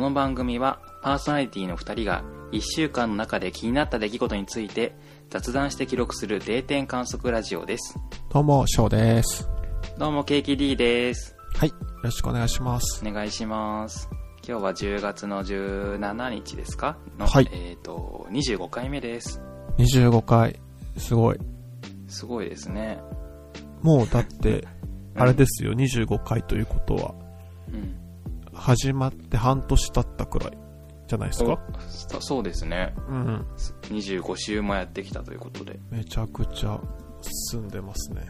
の番組はパーソナリティの2人が1週間の中で気になった出来事について雑談して記録する定点観測ラジオです。どうも、翔です。どうも、ケーキ D です。はい。よろしくお願いします。お願いします。今日は10月の17日ですかのはいえっ、と、25回目です。 25回。すごい。すごいですね。もうだって、あれですよ、25回ということは、うん。始まって半年経ったくらい、じゃないですかそそうですね。うん。 25週もやってきたということで、めちゃくちゃ進んでま すね。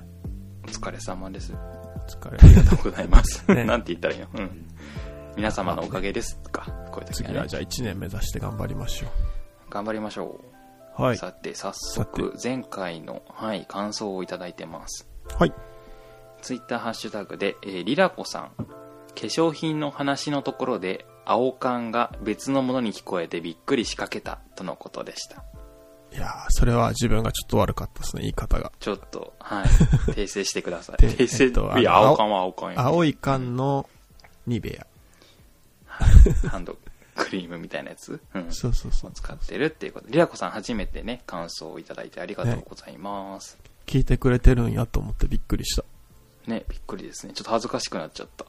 お疲れ様 です。お疲れ。ありがとうございます。ねなんて言ったらいいのうん。皆様のおかげですか。こういう時は次ねはじゃあ1年目指して頑張りましょ頑張りましょう。う。はい。さて、早さて速、前回の、はい、感想をいただいてます。はい。ツイッターハッシュタグで、えー、リラコさん。化粧品の話のところで、青缶が別のものに聞こえてびっくりしかけた、とのことでした。いやー、それは自分がちょっと悪かったですね、言い方が。ちょっと、 はい。訂正してください。で訂正、えっといや、あの青缶は青缶や。青い缶のニベア。ハンドクリームみたいなやつ。うん。そうそうそう。使ってるっていうことで。リラコさん初めてね、感想をいただいてありがとうございます。聞いてくれてるんやと思ってびっくりした。ね、びっくりですね。ちょっと恥ずかしくなっちゃった。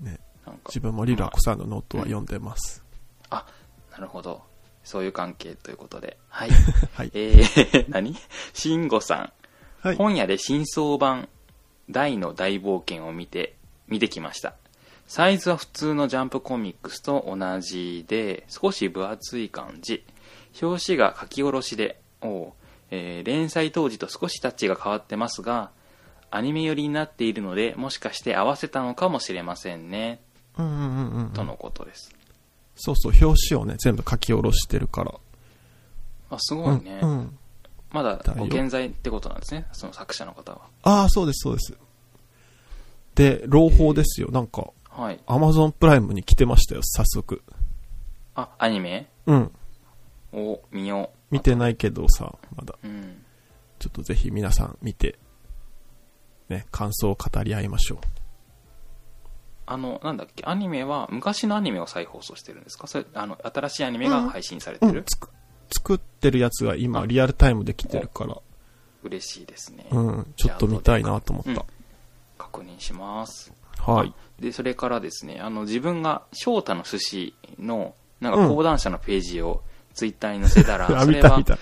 ね。なんか自。分もリラコさんのノートは読んでます。あ、なるほど。そういう関係ということで。はい。はい。えー、 何慎吾さん。はい。本屋で新装版、大の大冒険を見て、見てきました。サイズは普通のジャンプコミックスと同じで、少し分厚い感じ。表紙が書き下ろしで、おうえー連載当時と少しタッチが変わってますが、アニメ寄りになっているので、もしかして合わせたのかもしれませんね、うんうんうんうん。とのことです。そうそう、表紙をね、全部書き下ろしてるから。あ、すうごいんね。うん。まだだよご健在ってことなんですね、その作者の方は。ああ、そうです、そうです。で、朗報ですよ。なんか、はい。アマゾンプライムに来てましたよ、早速。あ、アニメうん。を見よ見てないけどさ、まだ。う。うん。ちょっとぜひ皆さん見て、ね、感想を語り合いましょう。あの、なんだっけ、アニメは、昔のアニメを再放送してるんですかそれ、あの、新しいアニメが配信されてうんる、、つく作ってるやつが今、リアルタイムで来てるから、嬉しいですね。うん、ちょっと見たいなと思うっんた。確認します。はい。で、それからですね、あの、自分が、翔太の寿司の、なんか講談社のページを、ツイッターに載せたら、 あ、そ見れたは見、た。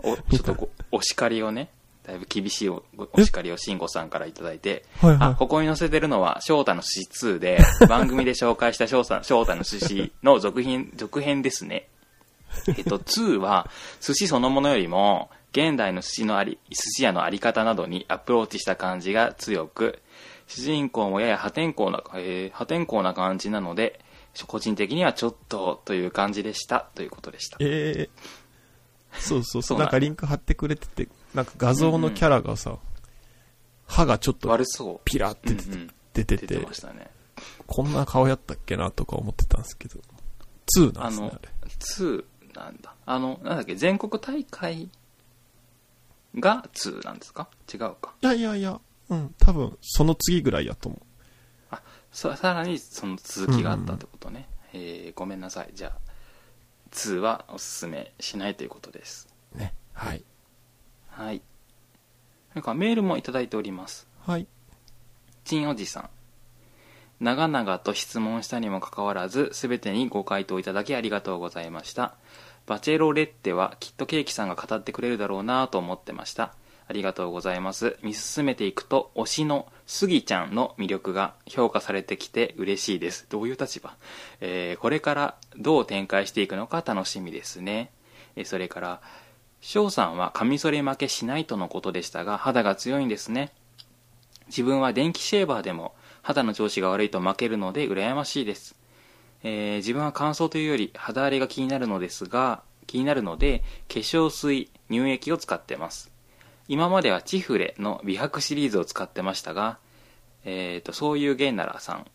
おちょっとごお叱りをね、だいぶ厳しいおごお叱りを慎吾さんからいただいて、はいはいあ、ここに載せてるのは、翔太の寿司2で、 番組で紹介した翔太翔太の寿司の続編、続編ですね。えっと、2は、寿司そのものよりも、現代の寿司のあり、寿司屋のあり方などにアプローチした感じが強く、主人公もやや破天荒な、えー破天荒な感じなので、個人的にはちょっとという感じでした、ということでした。ええそうそそうそうう。ななんんかリンク貼ってくれてて、なんか画像のキャラがさ、歯がちょっと悪そう。ピラって出うんうんて出て出ててま、したね。こんな顔やったっけなとか思ってたんですけど、2なあんですねの、、あれ。 2なんだ。あの、なんだっけ、全国大会が2なんですか違うか。いやいやいや、うん、多分その次ぐらいやと思う。あ、そさらにその続きがあったってことね。えー、ごめんなさい。じゃあ、2はおすすめしないということです。ね。はい。はい。なんかメールもいただいております。はい。ちんおじさん。長々と質問したにもかかわらず、すべてにご回答いただきありがとうございました。バチェロレッテはきっとケーキさんが語ってくれるだろうなぁと思ってました。ありがとうございます。見進めていくと、推しのスギちゃんの魅力が評価されてきて嬉しいです。どういう立場えーこれからどう展開していくのか楽しみですね。えーそれから、翔さんはカミソリ負けしないとのことでしたが、肌が強いんですね。自分は電気シェーバーでも肌の調子が悪いと負けるので羨ましいです、えー自分は乾燥というより肌荒れが気になるのですが気になるので化粧水乳液を使ってます今まではチフレの美白シリーズを使ってましたが、えー、とそういうゲンナラさん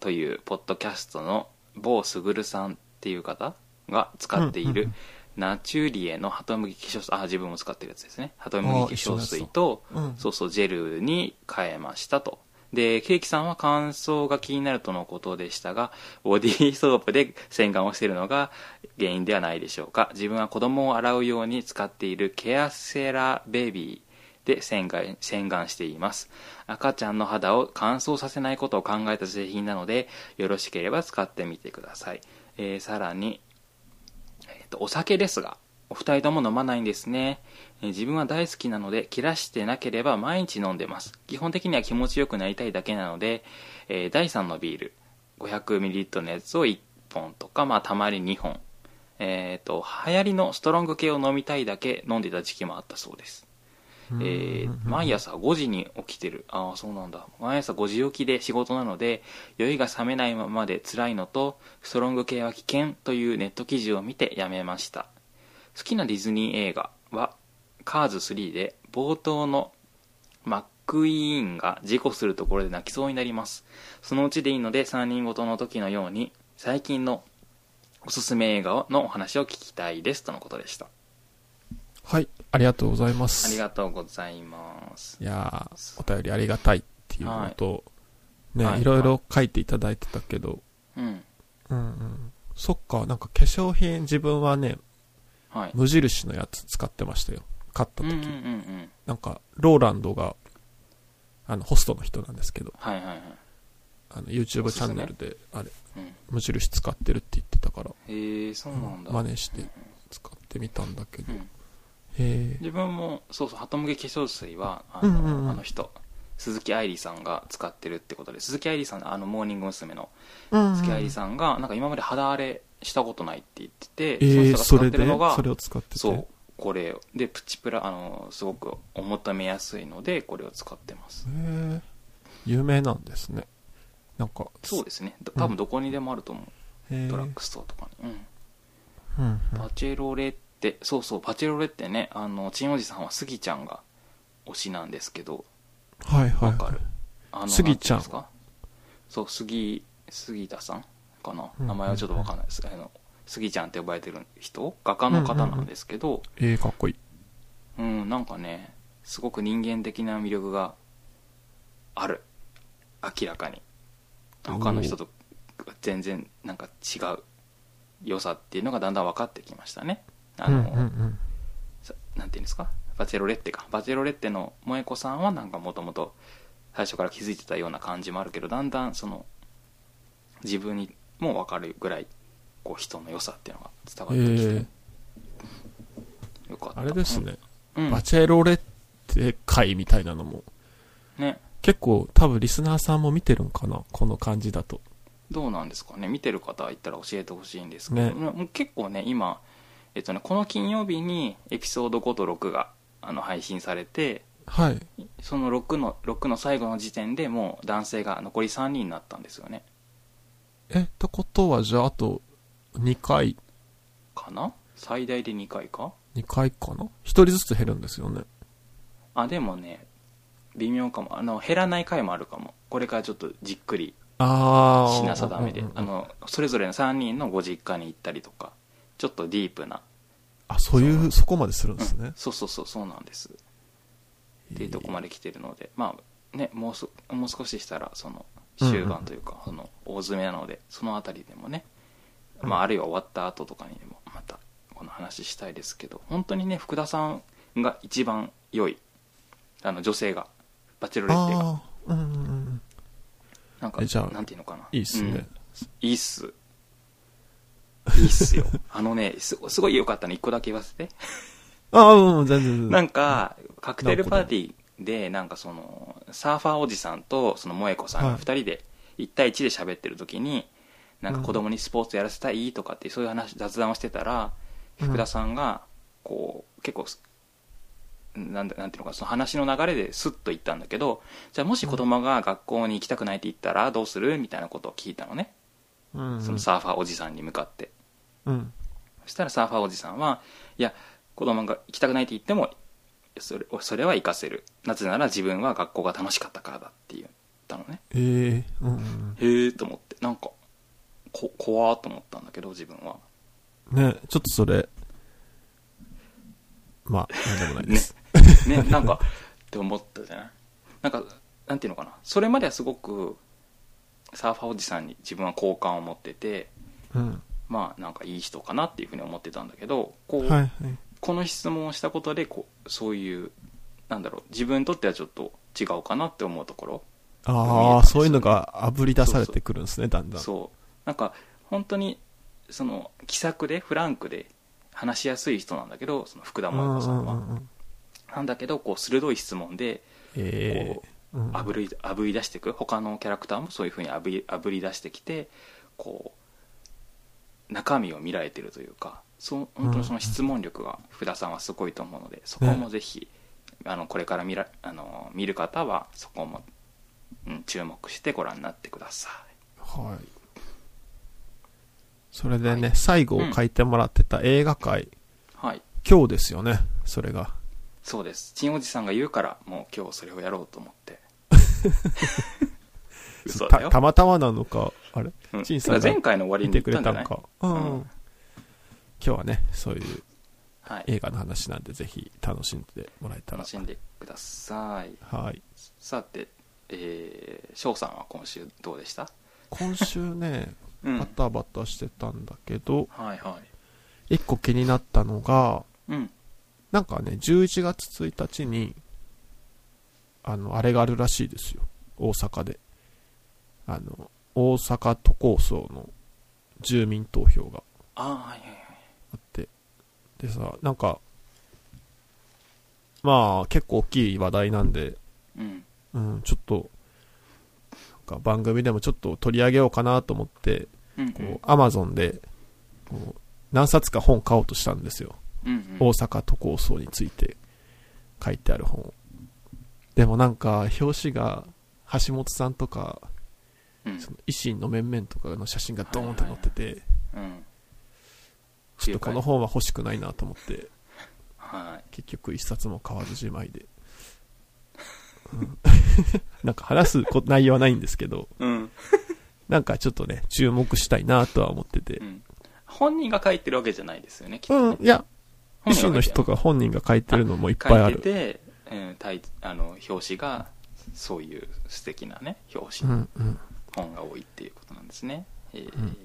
というポッドキャストの某すぐるさんっていう方が使っていうんうんうるんナチュリエのハトムギ化粧水あ自分も使ってるやつですねハトムギ化粧水とうん。そうそう、ジェルに変えましたと。で、ケーキさんは感想が気になるとのことでしたが、ボディーソープで洗顔をしているのが原因ではないでしょうか。自分は子供を洗うように使っているケアセラベビーで洗顔洗顔しています。赤ちゃんの肌を乾燥させないことを考えた製品なので、よろしければ使ってみてください。えーさらに、えっとお酒ですが、お二人とも飲まないんですね。えー自分は大好きなので、切らしてなければ毎日飲んでます。基本的には気持ちよくなりたいだけなので、えー第3のビール、500ml のやつを1本とか、まあ、たまに2本。えっ、と、流行りのストロング系を飲みたいだけ飲んでた時期もあったそうです。えー毎朝5時に起きてるああそうなんだ毎朝5時起きで仕事なので酔いが覚めないままで辛いのとストロング系は危険というネット記事を見てやめました好きなディズニー映画は「カーズ3」で冒頭のマックイーンが事故するところで泣きそうになりますそのうちでいいので3人ごとの時のように最近のおすすめ映画のお話を聞きたいですとのことでしたはい、ありがとうございまあす。りがとうございますいやーお便りありがたいっていうのと、い、ね、はいいろいろ書いていただいてたけど、うんうんうん。そっか、なんか化粧品自分はね、はい無印のやつ使ってましたよ。買った時。うんうんうんうんなんか、ローランドが、あの、ホストの人なんですけど、はいはいはい、あの、YouTube チャンネルで、あれ、うん、無印使ってるって言ってたから、へえそうなんだ、真似して使ってみたんだけうど、へん、え、自分もそうそうハ向け化粧水はあの,、うんうんうんあの人鈴木愛理さんが使ってるってことで鈴木愛理さんあのモーニング娘。のうん鈴木愛理さんがなんか今まで肌荒れしたことないって言ってて、えー、そその人が使れってでるのがそれを使ってて。そうこれをでプチプラあのすごくお求めやすいのでこれを使ってますへえ有名なんですねなんかそうですねど多分どこにでもあると思う、へえドラッグストアとかにうんうんうんバチェロレってそうそうバチェロレってねあのチンおじさんはスギちゃんが推しなんですけどはいはいわかるあのスギちゃんなていですかそう杉杉田さんかなうん名前はちょっとわかんないです、あのスギちゃんって呼ばれてる人画家の方なんですけどえー、かっこいいうんなんかねすごく人間的な魅力がある明らかに他の人と全然なんか違う良さっていうのがだんだん分かってきましたねあの、うんうんうんさなんていうんですかバチェロレッテかバチェロレッテの萌子さんはなんかもともと最初から気づいてたような感じもあるけどだんだんその自分にも分かるぐらいこう人の良さっていうのが伝わえってきて、ー、よかったあれです、ね、うんうんバチェロレッテ会みたいなのもね結構多分リスナーさんも見てるんかなこの感じだとどうなんですかね見てる方いたら教えてほしいんですけど、ねもう結構ね今、えっとね、この金曜日にエピソード5と6があの配信されてはいその6の6の最後の時点でもう男性が残り3人になったんですよねえってことはじゃああと2回かな最大で2回か2回かな1人ずつ減るんですよねあでもね微妙かもあの減らない回もあるかもこれからちょっとじっくりああしなさだめでああののそれぞれの3人のご実家に行ったりとかちょっとディープな、あそういうそこまでするんですうねん、そうそうそうそうなんですっていうとこまで来てるのでまあねもうそもう少ししたらその終盤というか、その大詰めなのでその辺りでもね、まあ、あるいは終わった後とかにでもまたこの話したいですけど本当にね福田さんが一番良いあの女性がバチェロレッテがああーうんうんうんなんかえじゃあなんていうのかないいっすね、うんいいっすいいっすよあのねすすごい良かったの1個だけ言わせてああ、うん、全然全然。なんか、カクテルパーティーで、なんかその、サーファーおじさんと、その萌子さんはがい2人で、1対1で喋ってる時に、なんか子供にスポーツやらせたいとかって、そういう話、雑談をしてたら、うん福田さんが、こう、結構、なんだなんていうのか、その話の流れですっと言ったんだけど、じゃあもし子供が学校に行きたくないって言ったらどうするみたいなことを聞いたのね。うん、そのサーファーおじさんに向かって。うん。そしたらサーファーおじさんは、いや、子供が行きたくないって言っても、それそれは行かせる。なぜなら自分は学校が楽しかったからだって言ったのね。ええうんへえと思って、なんか、こ、怖ーと思ったんだけど、自分は。うん。ね、ちょっとそれ、まあ、なんでもないでねす。。ね、なんか、って思ったじゃないなんか、なんていうのかなそれまではすごくサーファーおじさんに自分は好感を持っててうん。まあなんかいい人かなっていうふうに思ってたんだけどこう、はいはい。この質問をしたことでこうそういうなんだろう自分にとってはちょっと違うかなって思うところああ、そういうのが炙り出されてくるんですね、だんだん。そうなんか本当にその気さくでフランクで話しやすい人なんだけどその福田う萌んうん子さんうはんうん。なんだけどこう鋭い質問でえこうえ。うんあぶりあぶり出していく他のキャラクターもそういうふうにあぶりあぶり出してきてこう中身を見られてるというかそう本当にその質問力が福田さんはすごいと思うのでそこもぜひ、あのこれから見らあの見る方はそこも、うん、注目してご覧になってくださはい。それでね、最後を書いてもらってた映画界、いはい今日ですよね、それが。そうですちんおじさんが言うからもう今日それをやろうと思って 嘘だたよたまたまなのか、あれうん陳さんがだから前回の終わり見にて言っくたれんじたゃないのか。うん。うん今日はね、そういうはい映画の話なんで、ぜひ楽しんでもらえたら楽。しんでくださいはい。さて、えー、翔さんは今週どうでした今週ね、 うんバタバタしてたんだけど、はいは一個気になったのが、い。うん。なんかね、11月1日に、あの、あれがあるらしいですよ。大阪で。あの、大阪都構想の住民投票がああ、はいはいはい。あって。でさ、なんか、まあ、結構大きい話題なんで、うん。うん、ちょっと、なんか番組でもちょっと取り上げようかなと思って、うん、こう、アマゾンで、こう、何冊か本買おうとしたんですよ。うん。うん。大阪都構想について書いてある本をでもなんか表紙が橋本さんとかうん。その維新の面々とかの写真がドーンと載っててうん。ちょっとこの本は欲しくないなと思っては結局一冊も買わずじまいで、うん なんか話すこ内容はないんですけどい。うん。なんかちょっとね注目したいなとは思っててうん。本人が書いてるわけじゃないですよね、きっとうんいや維本人新が書いのてる人とか本人が書いてるのもいっぱい書あいてるて、うん、タイあの、表紙が、そういう素敵なね、表う紙、んうん本が多いっていうことなんですね。えーうん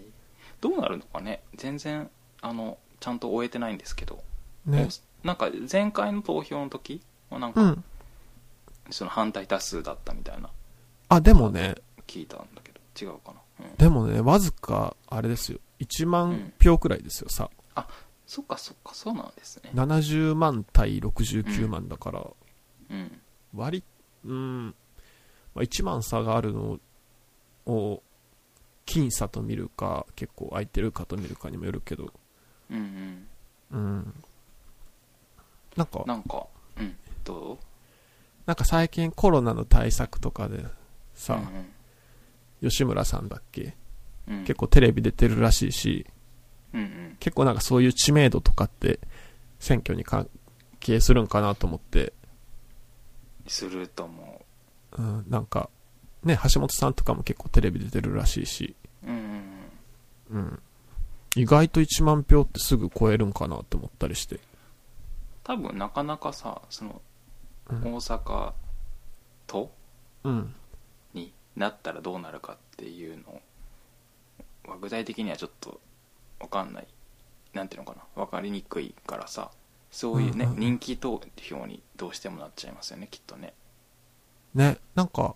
どうなるのかね全然、あの、ちゃんと終えてないんですけど。ねなんか、前回の投票の時はなんうか、んその反対多数だったみたいなあでもね聞いたんだけど違うかな、うん、でもね、わずか、あれですよ。1万票くらいですよ、さ。そっかそっかそうなんですね70万対69万だから、うん割り、うん、まあ、1万差があるのを、僅差と見るか、結構空いてるかと見るかにもよるけど、うんうんうん。なんか、なんかうんどうなんか最近コロナの対策とかで、さ、う吉村さんだっけんうん、結構テレビ出てるらしいし、構うんうん結構なんかそういう知名度とかって選挙に関係するんかなと思って、すると思うん、なんか、ね、橋本さんとかも結構テレビ出てるらしいし、ううんうんうんうん。意外と1万票ってすぐ超えるんかなって思ったりして。多分なかなかさそのう大ん。阪都うん、になったらどうなるかっていうのは具体的にはちょっとわかんないなんていうのかなわかりにくいからさそういうね、うんうんうん人気投票にどうしてもなっちゃいますよねきっとねね、なんか、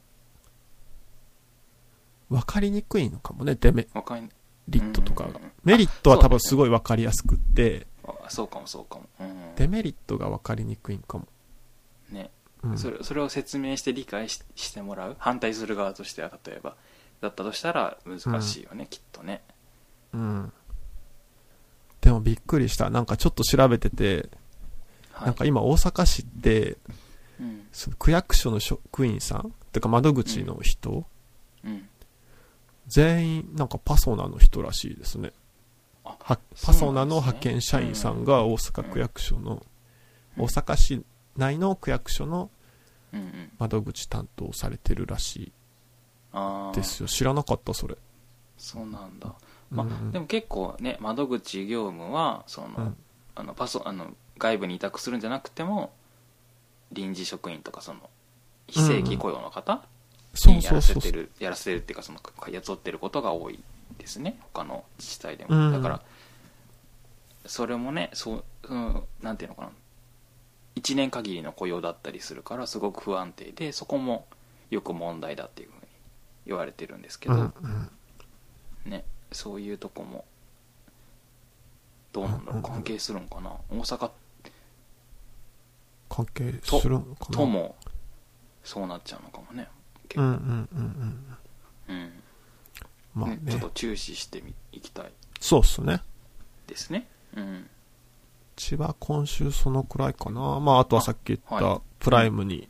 わかりにくいのかもね、デメわかんリットとかうんうがんうん。メリットは多分あすそうごいわかりやすくって、あそうかもそうかも、うんデメリットがわかりにくいんかも。ねうん、それそれを説明して理解ししてもらう反対する側としては例えばだったとしたら難しいよね、きっとねうん。でもびっくりした。なんかちょっと調べてて、はいなんか今大阪市って、うんその区役所の職員さんとか窓口の人、うん全員なんかパソナの人らしいですね。あはそパソうナなんですねの派遣社員さんが大阪区役所の、大阪市内の区役所のうんうん窓口担当されてるらしあいあですよ。知らなかった、それ。そうなんだまあ、うんうんでも結構ね窓口業務はその、うんあのパソあの外部に委託するんじゃなくても臨時職員とかその非正規雇用の方そうにやそうらせそうてそう。るやらせてるっていうかその雇ってることが多いですね他の自治体でうもんだからそれもねそう、うん、なんていうのかな1年限りの雇用だったりするからすごく不安定でそこもよく問題だっていうふうに言われてるんですけうど、んうんねそういうとこもどうなんだろうんううん関係するんかな大阪関係するのかなともそうなっちゃうのかもね結構うんうんうんうん。うんまあねね。ちょっと注視してみいきたいそうっすね。ですねうん千葉今週そのくらいかな。まあ、あとはさっき言っあはた、プライムに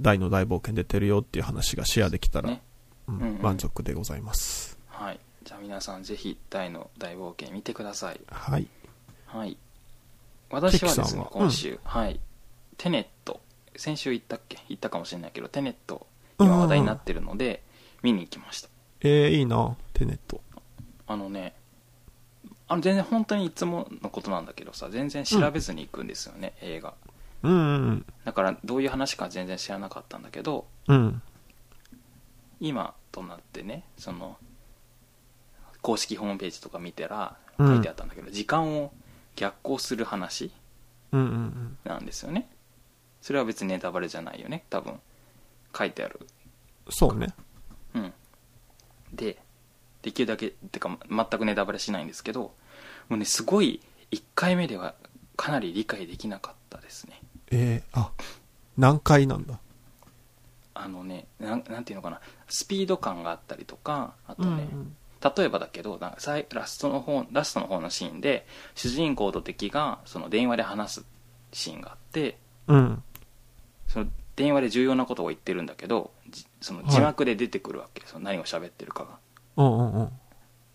大の大冒険出てるよっていう話がシェアできたらね、ううんんうん満足でございます。はいじゃあ皆さんぜひ大の大冒険見てくださいはい。はい私はでテキすさんねは今週、はいテネット先週行ったっけ行ったかもしれないけどテネットうんうんう今ん話題になってるので見に行きましたえー、いいな、テネット。あのねあの全然本当にいつものことなんだけどさ全然調べずに行くんですよね、映画うんうんだからどういう話か全然知らなかったんだけどうん。うん。今となってねその公式ホームページとか見たらうん書いてあったんだけど、時間を逆行する話うんうんうん。なんですよねそれは別にネタバレじゃないよね多分書いてあるそうね。うんでできるだけてか全くネタバレしないんですけどもうねすごい1回目ではかなり理解できなかったですねえー、あ、難解なんだ。あのねなんなんていうのかなスピード感があったりとかあとうね、んうん。例えばだけどなんかさいラストの方ラストの方のシーンで主人公と敵がその電話で話すシーンがあってうん。その電話で重要なことを言ってるんだけどじそのはい字幕で出てくるわけ、その何を喋ってるかがうんうんうん。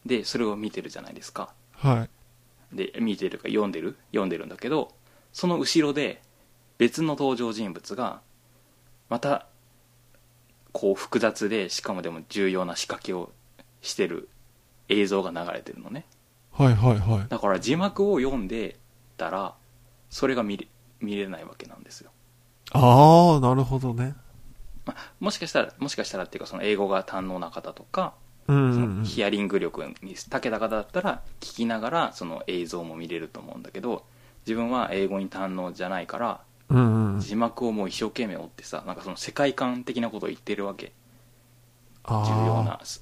でそれを見てるじゃないですかはい。で見てるか読んでる読んでるんだけどその後ろで別の登場人物がまたこう複雑でしかもでも重要な仕掛けをしてる映像が流れてるのねはいはいはい。だから字幕を読んでたらそれが見れ見れないわけなんですよ、ああ、なるほどね。まあ、もしかしたらもしかしたらっていうかその英語が堪能な方とかうんそうんうのん。ヒアリング力に長けた方だったら聞きながらその映像も見れると思うんだけど自分は英語に堪能じゃないからうんうんうん。字幕をもう一生懸命追ってさなんかその世界観的なことを言ってるわけあー重要なせ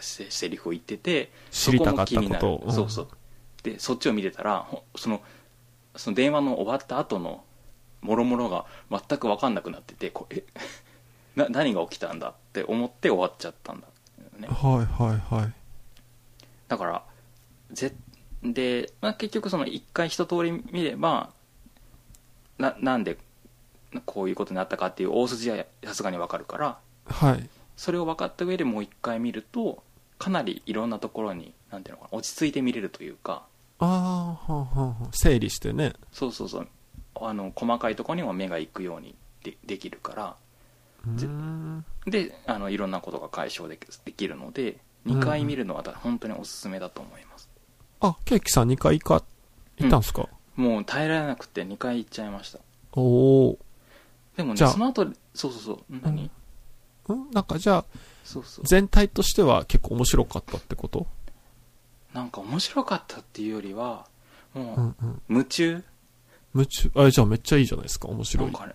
せセリフを言ってて知りたかっそも気たことをになるそうそうでそっちを見てたらほそのその電話の終わった後のもろもろが全く分かんなくなっててこうえ な何が起きたんだって思って終わっちゃったんだよねはいはいはい。だからぜで、まあ、結局その一回一通り見ればななんでこういうことになったかっていう大筋はさすがに分かるからはい。それを分かった上でもう一回見るとかなりいろんなところになんていうのかな落ち着いて見れるというかああ、はんはんはん。整理してね。そうそうそうあの細かいところにも目が行くようにでできるからうぜーん。であのいろんなことが解消できできるのでうん2回見るのはだ本当におすすめだと思います、あ、ケーキさん2回行か、行ったんすか、もう耐えられなくて2回行っちゃいましたおお。でもねじゃあその後でそうそうそう何、うんうんなんかじゃあ、そうそう全体としては結構面白かったってことなんか面白かったっていうよりはうもんうん。う夢中夢中。あ、じゃあめっちゃいいじゃないですか。面な白いん。かね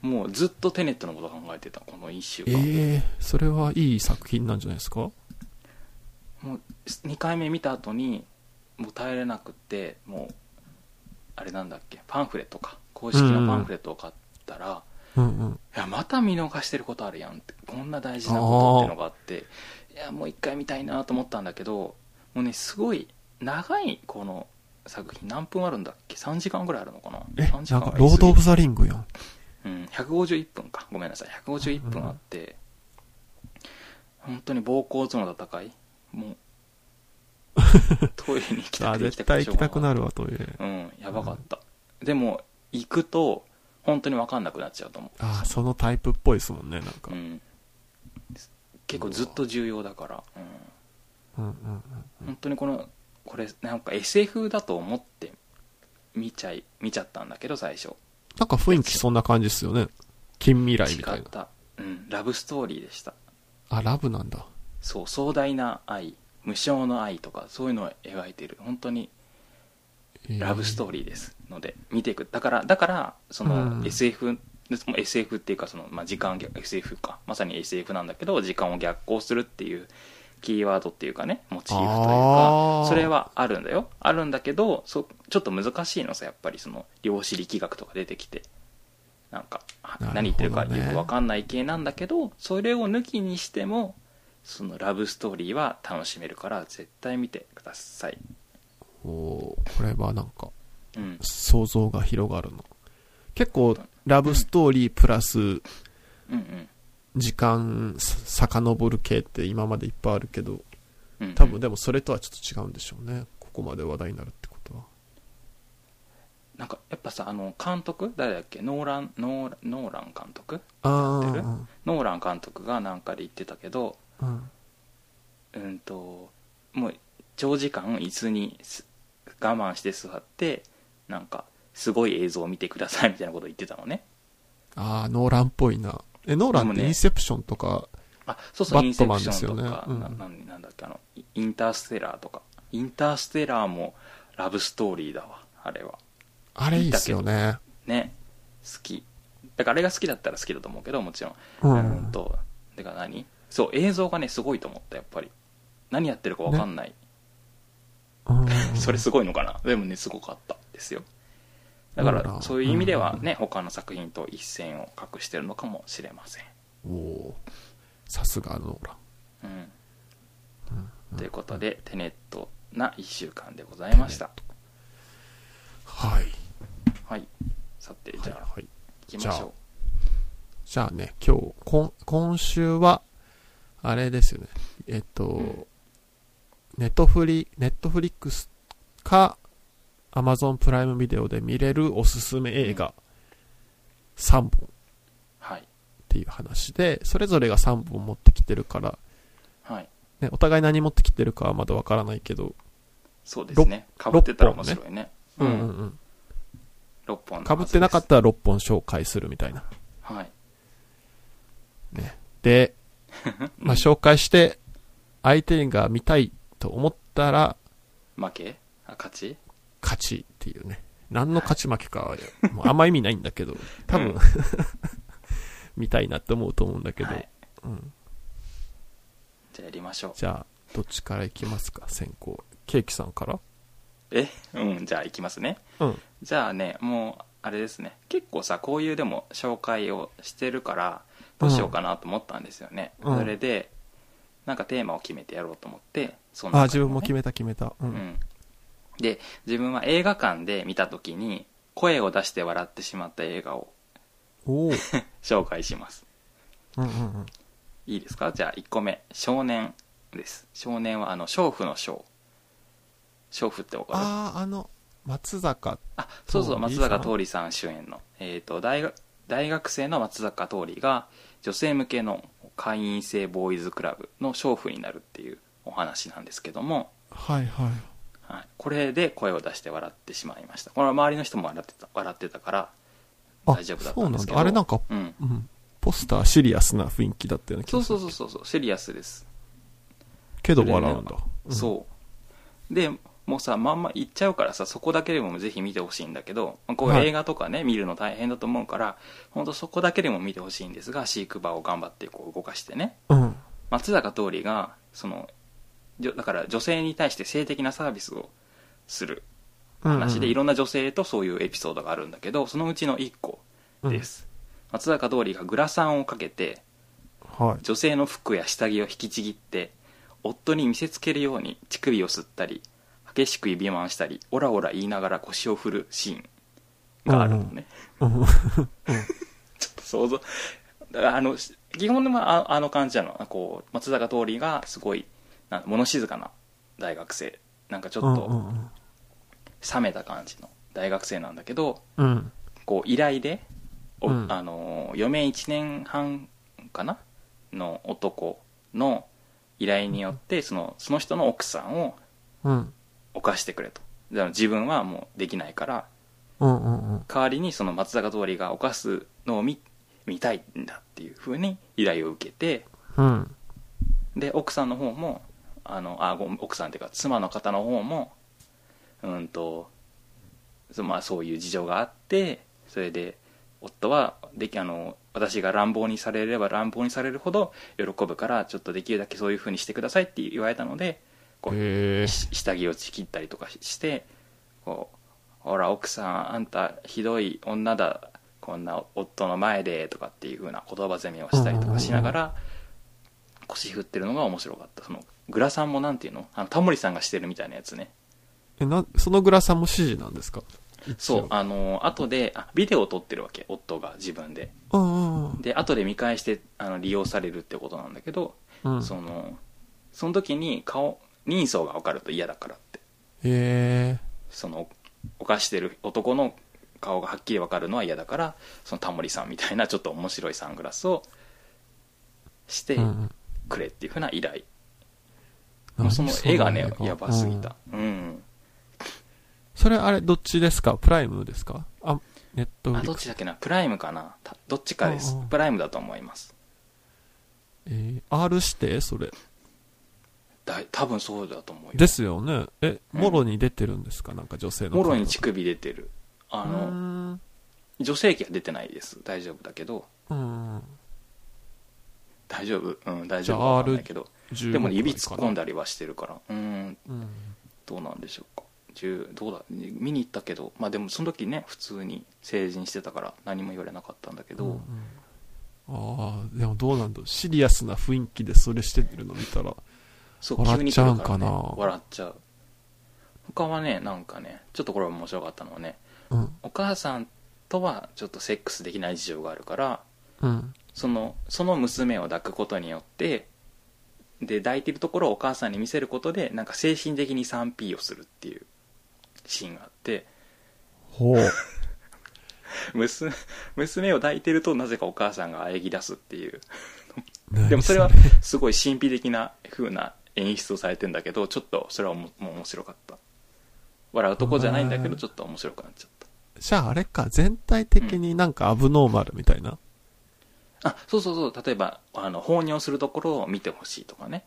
もうずっとテネットのこと考えてたこの1週え間えそれはいい作品なんじゃないですかもう2回目見た後にもう耐えれなくってもうあれなんだっけパンフレットか公式のパンフレットを買ったら、うんうん。いやまた見逃してることあるやんってこんな大事なことってのがあっていやもう一回見たいなと思ったんだけどもうねすごい長いこの作品何分あるんだっけ3時間ぐらいあるのかなえ、 3時な間んかぐ、らいロード・オブ・ザ・リングやん。うん、151分かごめんなさい151分あって、本当に暴行との戦い もうトイレに行きたくあ、て行き絶たくて対しょ行うきがなかたくっなるわ、という。たうんやばかった、でも行くと本当に分かんなくなっちゃうと思あー、そのタイプっぽいですもんね、なんう、か。ううんん、結構ずっと重要だから、ううんうんん、本当にこのこれなんか SF だと思って見ちゃい見ちゃったんだけど最初なんか雰囲気そんな感じですよね。近未来みた違いっな。たうん、ラブストーリーでしたあ、ラブなんだ。そう壮大な愛無償の愛とかそういうのを描いてる本当にえラブストーーリーですので見ていくだからだからそのうん SF、SF っていうかその、まあ、時間逆 SF かまさに SF なんだけど時間を逆行するっていうキーワードっていうかねモチーフというあかーそれはあるんだよあるんだけどそちょっと難しいのさやっぱりその量子力学とか出てきてなんかはなるほどね何言ってるかよく分かんない系なんだけどそれを抜きにしてもそのラブストーリーは楽しめるから絶対見てください、おーこれはなんか、うん、想像が広がるの。結構、ラブストーリープラス、うんうん時間さ遡る系って今までいっぱいあるけど、うんうん多分でもそれとはちょっと違うんでしょうね。ここまで話題になるってことは。なんかやっぱさあの監督誰だっけノーランノーランノーラン監督ってるあノーラン監督がなんかで言ってたけどあ、うん。うんともう長時間椅子にす我慢して座ってなんかすごい映像を見てくださいみたいなことを言ってたのねああ、ノーランっぽいな。え、ノーランっでもてねインセプションとか、あそうそうバインッセトプマンシですョよンねとか、なうんなんなんだっけあのイインターステラーとかインターステラーもラブストーリーだわあれはあれいいですよね。ね好きだからあれが好きだったら好きだと思うけどもちろんううんん。と、てか何そう、映像がね、すごいと思った、やっぱり。何やってるかわかんない。うんそれすごいのかな。でもね、すごかったですよ。だかそうだら、そういう意味ではね、他の作品と一線を画してるのかもしれません。おおーさすがノーラン。うん。うんうんということで、テネットな1週間でございました。はい。はい。さて、はいじゃあ、はい。行きましょじゃあね、今日、こん今週は、あれですよね。えっと、んネットフリ、ネットフリックスか、アマゾンプライムビデオで見れるおすすめ映画3本っう。はい。ていう話で、それぞれが3本持ってきてるから、はい。ね、お互い何持ってきてるかはまだわからないけど、そうですね。かぶってたら面白いね。ううんん。うん6本。うん。かぶってなかったたら6本紹介するみたいな。はい。で、まあ、紹介して、相手が見たいと思ったら、負けあ、勝ち勝ちっていうね。何の勝ち負けかは、もうあんま意味ないんだけど、多分、うん 見たいなって思うと思うんだけど、はい。うん。じゃあやりましょう。じゃあ、どっちからいきますか、先行。ケーキさんからえうんじゃあ行きますねうん。じゃあねもうあれですね結構さこういうでも紹介をしてるからどうしようかなと思ったんですよね、うんそれでなんかテーマを決めてやろうと思ってそあ、自分も決めめた決めた。う。うんんで自分は映画館で見た時に声を出して笑ってしまった映画をおお。うん紹介しますうんうん。いいですかじゃあ1個目少年です少年はあの娼婦の娼娼婦ってわかるああ、あの、松坂。あそうそうそう松坂桃李さん主演の、えー、と大学大学生の松坂桃李が女性向けの会員制ボーイズクラブの娼婦になるっていうお話なんですけども、はいはい。はい、これで声を出して笑ってしまいましたこれは周りの人も笑ってた笑ってたからあ、大丈夫だっそたうんでなんすけだ。どあれなんか、うんうん。ポスターシリアスな雰囲気だったよね。そうそうそうそうそうシリアスです、けど笑うんだ。そうでもうさまんま言っちゃうからさそこだけでもぜひ見てほしいんだけどこうはい映画とかね、見るの大変だと思うから本当そこだけでも見てほしいんですが飼育場を頑張ってこう動かしてねうん。うん。松坂桃李がそのじょだから女性に対して性的なサービスをする話でいろろんな女性とそういうエピソードがあるんだけどそのうちの1個です、松坂桃李がグラサンをかけてはい。女性の服や下着を引きちぎって夫に見せつけるように乳首を吸ったり激しく指満したりオラオラ言いながら腰を振るシーンがあるのね、うんうんちょっと想像だからあのし基本はああの感じなのこう松坂桃李がすごいなん物静かな大学生なんかちょっうとんうん冷めた感じの大学生なんだけどうんうんこう依頼で、おうんあの余命1年半かなの男の依頼によってそのその人の奥さんをうん犯してくれとだから自分はもうできないからうんうんうん代わりにその松坂桃李が犯すのを見見たいんだっていうふうに依頼を受けてうん。で奥さんの方もあのあご奥さんっていうか妻の方の方もうんとそ,、まあ、そういう事情があってそれで夫はできあの私が乱暴にされれば乱暴にされるほど喜ぶからちょっとできるだけそういうふうにしてくださいって言われたのでこうへえ。し下着をちぎったりとかししてこう「ほら奥さんあんたひどい女だこんな夫の前で」とかっていう風な言葉攻めをしたりとかしながら腰振ってるのが面白かったそのグラさんもなんていうのあのタモリさんがしてるみたいなやつねえ、な、そのグラさんも指示なんですかそうあの後であビデオを撮ってるわけ夫が自分でうんうんで後で見返してあの利用されるってことなんだけど、うん。そのその時に顔人相が分かると嫌だからってへえ。その犯してる男の顔がはっきり分かるのは嫌だからそのタモリさんみたいなちょっと面白いサングラスをしてうんうんくれっていうふうな依頼、もう何その絵がねその絵やばすぎたうん、それあれ、どっちですかプライムですかあ、ネットフあリどッっクス。ちだっけなプライムかなたどっちかですうんうんプライムだと思いますえー、R してそれ。だい多分そうだと思うよですよね。え、うんもろに出てるんですかなんか女性の方。もろに乳首出てるあうーのん女性器は出てないです大丈夫だけどうん。大丈夫うん大丈夫わかんないけどでも指突っ込んだ。だりはしてるからうんうん。どうなんでしょうか10どうだ見に行ったけどまあでもその時ね普通に成人してたから何も言われなかったんだけど、うんうんああ、でもどうなんだろうシリアスな雰囲気でそれしてるの見たら。そう笑っ急に来るちゃうんかならね、笑っちゃう他はねなんかねちょっとこれ面白かったのはねうん。お母さんとはちょっとセックスできない事情があるからうん。そのその娘を抱くことによってで抱いてるところをお母さんに見せることでなんか精神的に 3P をするっていうシーンがあってほう。 娘娘を抱いてるとなぜかお母さんが喘ぎ出すっていう で何もそれはすごい神秘的な風な演出をされてんだけどちょっとそれはももう面白かった笑うとこじゃないんだけどちょっと面白くなっちゃっじゃああれか、全体的になんかアブノーマルみたいな。たあそうそうそう例えばあの放尿するところを見てほしいとかね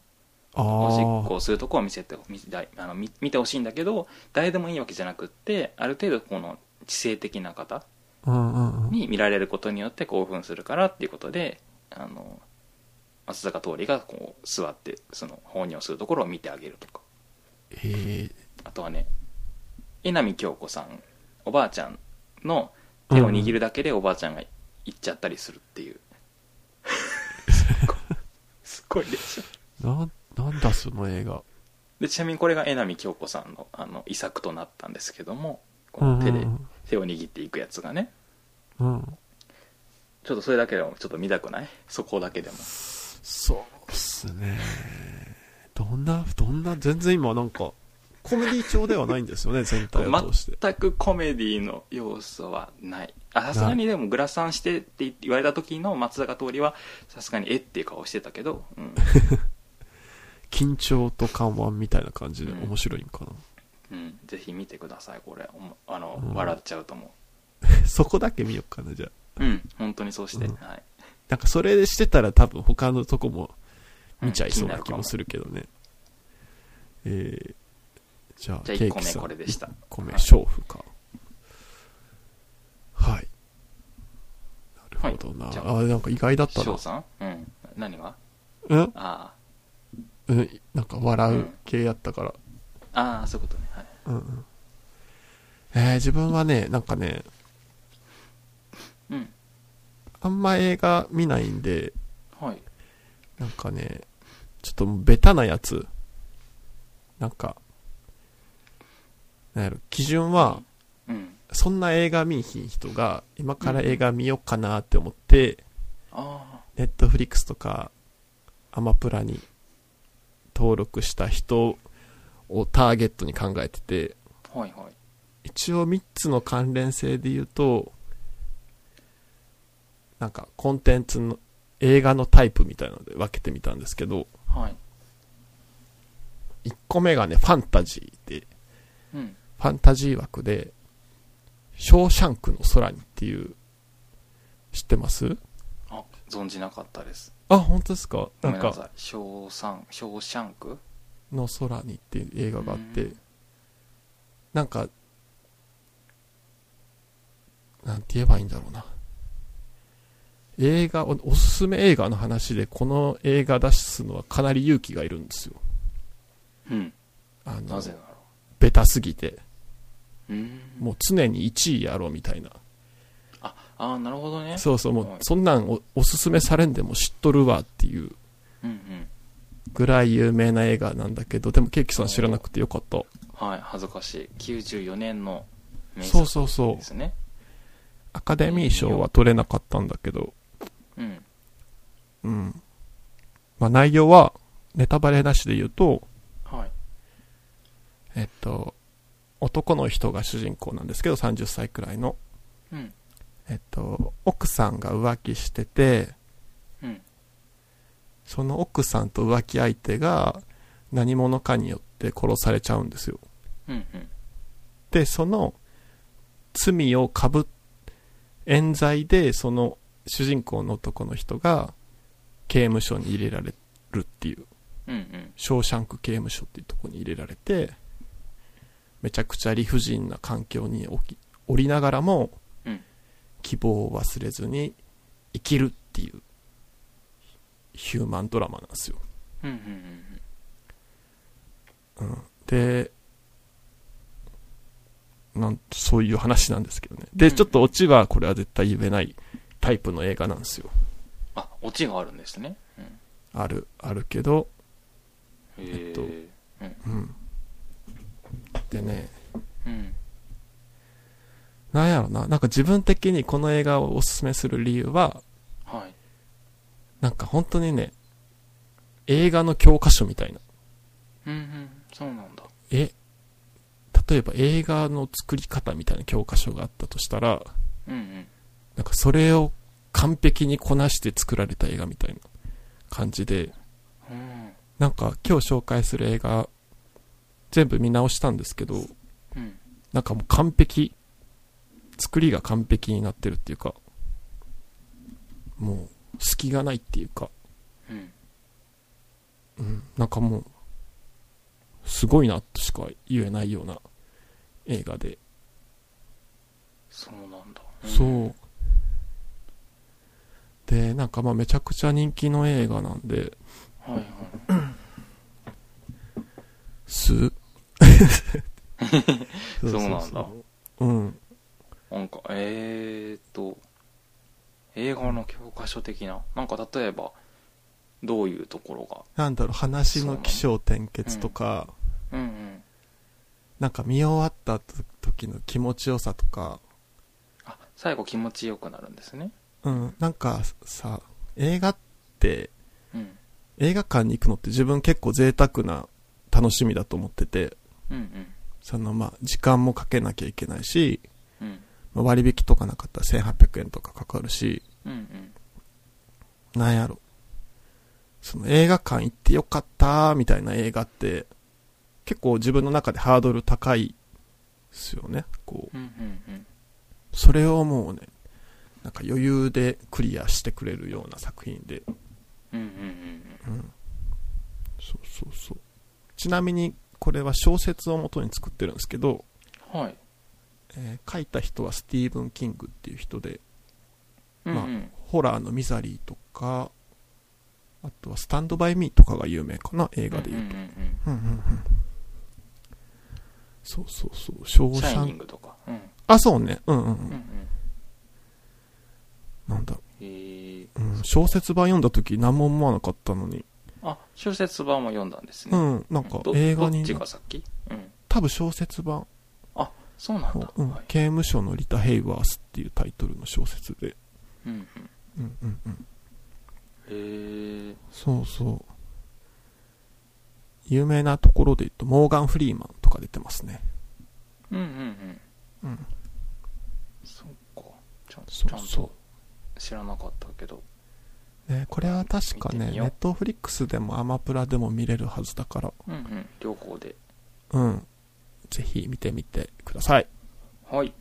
あおしっあ。こをするとこを見せて見せたいあの見見てほしいんだけど誰でもいいわけじゃなくってある程度この知性的な方うんうんうん。に見られることによって興奮するからっていうことであの松坂桃李がこう座ってその放尿するところを見てあげるとかえー、あとはね江波京子さんおばあちゃんの手を握るだけでおばあちゃんが行っちゃったりするっていう、すごいすごいでしょな、なんだその映画。でちなみにこれが江波京子さんのあの遺作となったんですけどもこうのんうん手で手を握っていくやつがねうん。うんちょっとそれだけでもちょっと見たくないそこだけでもそうっすね。どんな、どんな、全然今なんか、コメディ調ではないんですよ ね、全体を通して。全くコメディの要素はないあさすがにでもグラサンしてって言われた時の松坂桃李はさすがにえっていう顔してたけど、 うん、緊張と緩和みたいな感じで面白いんかな。うん、ぜひ見てくださいこれおもあの、うん笑っちゃうと思 そこだけ見よっかな、じゃあ。ううん本当にそうして、うんはい、なんかそれしてたら多分他のとこも見ちゃいそうな気もするるけどね。えー、じゃあ、じゃあケ1ー個キ目さんこれでした1個目、はい勝負か。はい。なるほどな。はいじゃあ、なんか意外だったな翔。さんうん何がうんあうん、なんか笑う系やったから。あああそういうことねはいうんうん。えー自分はね、なんかね、うんあんま映画見ないんで、はいなんかね、ちょっともうベタなやつ。なんか、なんやろ、基準は、うんそんな映画見いひん人が、今から映画見よっかなって思って、あネットフリックスとか、アマプラに登録した人をターゲットに考えてて、あはいはい一応3つの関連性で言うと、なんかコンテンツの映画のタイプみたいなので分けてみたんですけど、はい1個目がね、ファンタジーで、うんファンタジー枠で、ショーシャンクの空にっていう、知ってます存じなかったですあ、本当ですかごなめんんなさか、い「ショーサンショーシャンクの空にっていう映画があって、うんなんか、なんて言えばいいんだろうな。映画、おおすすめ映画の話で、この映画出すのはかなり勇気がいるんですよ。」うんあのな、ぜだろベタすぎて。ううんもう常に1位やろうみたいな。ああーなるほどねそうそう、もうはいそんなんおおすすめされんでも知っとるわっていううんうんぐらい有名な映画なんだけど、でもケーキさん知らなくてよかった。はい恥ずかしい94年の名そう作そうそうで。すねアカデミー賞は取れなかったんだけど、うんうん。まあ内容は、ネタバレなしで言うと、はいえっと、男の人が主人公なんですけど、30歳くらいの。うんえっと、奥さんが浮気してて、うんその奥さんと浮気相手が何者かによって殺されちゃうんですよ。うんうんで、その罪をかぶっ、冤罪でその主人公の男の人が刑務所に入れられるっていう。うんうんショーシャンク刑務所っていうところに入れられて、めちゃくちゃ理不尽な環境におき、おりながらも、うん希望を忘れずに生きるっていう、ヒューマンドラマなんですよ。うんうんうんうん。で、なんそういう話なんですけどね。で、うんちょっとオチはこれは絶対言えないタイプの映画なんですよ。あオチがあるんですねうんある、あるけど、えっとうん。でね、うんなんやろな、なんか自分的にこの映画をおすすめする理由は、はいなんか本当にね、映画の教科書みたいな。うんうんそうなんだえ、例えば映画の作り方みたいな教科書があったとしたら、うんうんなんかそれを完璧にこなして作られた映画みたいな感じで、うんなんか今日紹介する映画、全部見直したんですけど、うんなんかもう完璧、作りが完璧になってるっていうか、もう隙がないっていうか、うんうん、なんかもう、すごいなとしか言えないような映画で、そうなんだそう。で、なんかまあめちゃくちゃ人気の映画なんで、うんはいはい すそうなんだううん。なんか、えーっと、映画の教科書的な、なんか例えば、どういうところなんだろう、話の起承転結とか、が、うんうん。なんか見終わった時の気持ちよさとか、あ、最後気持ちよくなるんですね。うん、なんかさ、映画って、うん。映画館に行くのって自分結構贅沢な楽しみだと思ってて、うんうん。そのまあ、時間もかけなきゃいけないし、うん。まあ割引とかなかったら1800円とかかかるし、うんうん。なんやろ。その映画館行ってよかったーみたいな映画って、結構自分の中でハードル高いですよね。こうんうんうん。う、それをもうね、なんか余裕でクリアしてくれるような作品で。うんうんうんうん。そうそうそう。ちなみに、これは小説を元に作ってるんですけど、うん。はい。えー書いた人はスティーブン・キングっていう人で、うんうまあん。ホラーのミザリーとか、あとはスタンドバイミーとかが有名かな、映画で言うと。うんうんうんうんうん。そうそうそう、ショうん。ーシシャャイニンン。グとか。うん。あ、そうね。うんうんう。うんうんん。なんだろえー、う。うん、小説版読んだ時何も思わなかったのに。あ、小説版も読んだんですうね。ん、なんかど映画どにっち、が先うん。多分小説版。あ、そうなんだ。うんはい、刑務所のリタ・ヘイワースっていうタイトルの小説で。うんうん。うんうんうん。えー、そうそう。有名なところで言うと、モーガン・フリーマンとか出てますね。うんうんうん。うん。そっかちゃんそちゃうんそと知らなかったけどう。ね、これは確かね、見てみネようットフリックスでもアマプラでも見れるはずだから、うんうん両方でうん。ぜひ見てみてください。はい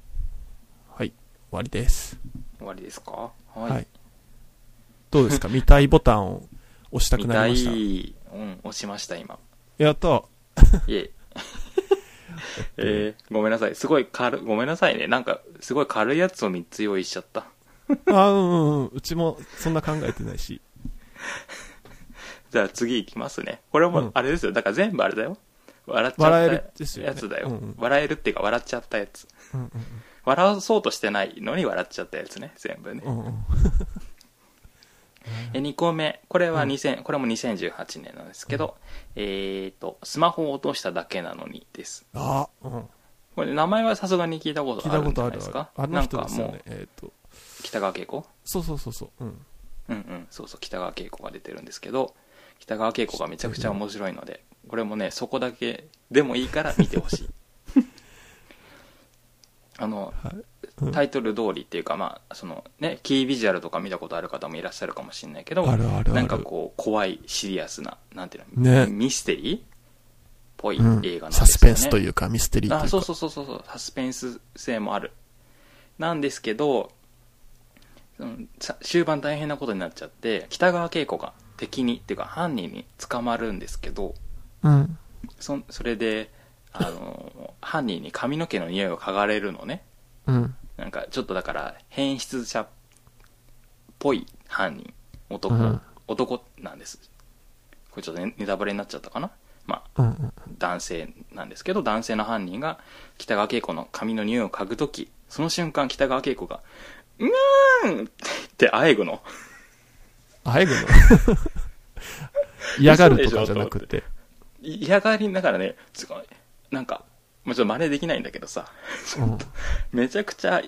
はい。終わりです。終わりですかはい、はい。どうで すか見たいボタンを押したく見なたりました。い。うん、押しました、今。やった。 いえ。えー、ごめんなさい。すごい軽い、ごめんなさいね。なんか、すごい軽いやつを3つ用意しちゃった。あうんうんうん。うちもそんな考えてないし。じゃあ次行きますね。これうんも、あれですよ。だから全部あれだよ。笑っち笑えゃるっですたよねやつだよ。うんうん笑えるっていうか、笑っちゃったやつ。うん笑わそうとしてないのに笑っちゃったやつね。全部ね。うんう ん。うんうんえ2個目これはうん2000、これも2018年なんですけど、えっ、とスマホを落としただけなのにですあ、うん。これ名前はさすがに聞いたこ聞とあいたるこんじとゃあないるですあかるあの人なでんかすよもね。えっ、と、う北川景子そうそうそうそう。うん。うんうんそうそう北川景子が出てるんですけど北川景子がめちゃくちゃ面白いのでこれもねそこだけでもいいから見てほし いあのはい。うんタイトル通りっていうかまあそのねキービジュアルとか見たことある方もいらっしゃるかもしれないけどあるあるある。なんかこう怖いシリアスななんていうの、ねミステリーっぽい映う画なんんですよね、サスペンスというか、ミステリーというか。あそうそうそうそうそうサスペンス性もあるなんですけど、うん、さ終盤大変なことになっちゃって北川景子が敵にっていうか犯人に捕まるんですけどうん。そそれであの犯人に髪の毛の匂いを嗅がれるのねうん。なんかちょっとだから変質者っぽい犯人男、うん男なんですこれちょっとねネタバレになっちゃったかなまあうんうん。男性なんですけど男性の犯人が北川景子の髪の匂いを嗅ぐ時その瞬間北川景子が「うーん!」ってあえぐのあ えぐの嫌がるとかじゃなくて。嫌がりながらねすごいなんかもうちょっと真似できないんだけどさうん。めちゃくちゃ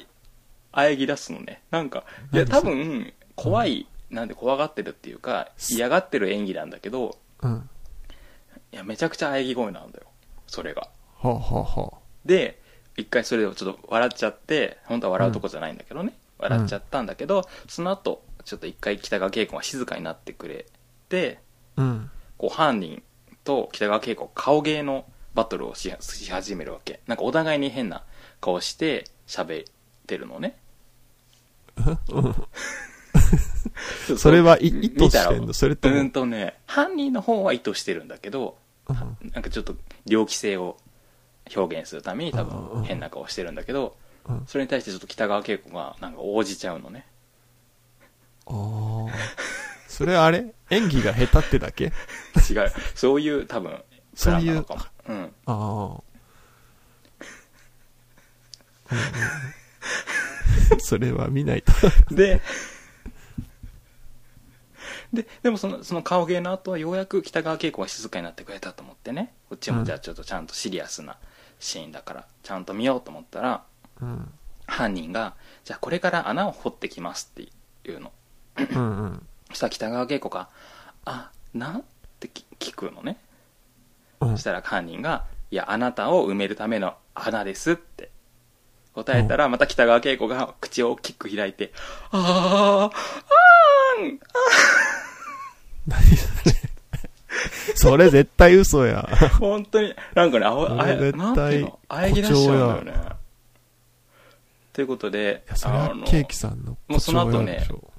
喘ぎ出すのねなんかいや何多それ分怖いなんで怖がってるっていうか嫌がってる演技なんだけどうん。はいやめちゃくちゃ喘ぎ声なんだよそれがあ、はあはで一回それをちょっと笑っちゃって本当は笑うとこじゃないんだけどね、笑っちゃったんだけどその後ちょっと一回北川景子が静かになってくれてあ、うん。こう犯人と北川景子顔芸のバトルをしし始めるわけなんかお互いに変な顔して喋ってるのねそれはい意図してんのそれともうんとね犯人の方は意図してるんだけどうんなんかちょっと猟奇性を表現するために多うんうんう分ん変な顔してるんだけどうんそれに対してちょっと北川景子がなんか応じちゃうのねああ。それあれ演技が下手ってだけ違うそういう多分プそラうンないうのかもうんああ。うん うん、それは見ないと。 でででもそのその顔芸の後はようやく北川景子が静かになってくれたと思ってねこっちうもんじゃあちょっとちゃんとシリアスなシーンだからちゃんと見ようと思ったらうん。犯人が「じゃあこれから穴を掘ってきます」っていうのうんうん。そしたら北川景子が「あなん?」ってき聞くのねうんそし。たら犯人が「いやあなたを埋めるための穴です」って答えたらまた北川景子が口を大きく開いて「あーあーん何それ。それ絶対嘘や。本当になんかねあおあこれえ絶対なんていうのあえぎ出しちゃうんだよねということでいや、それはあのケーキさんのもうその後ね誇張やでしょ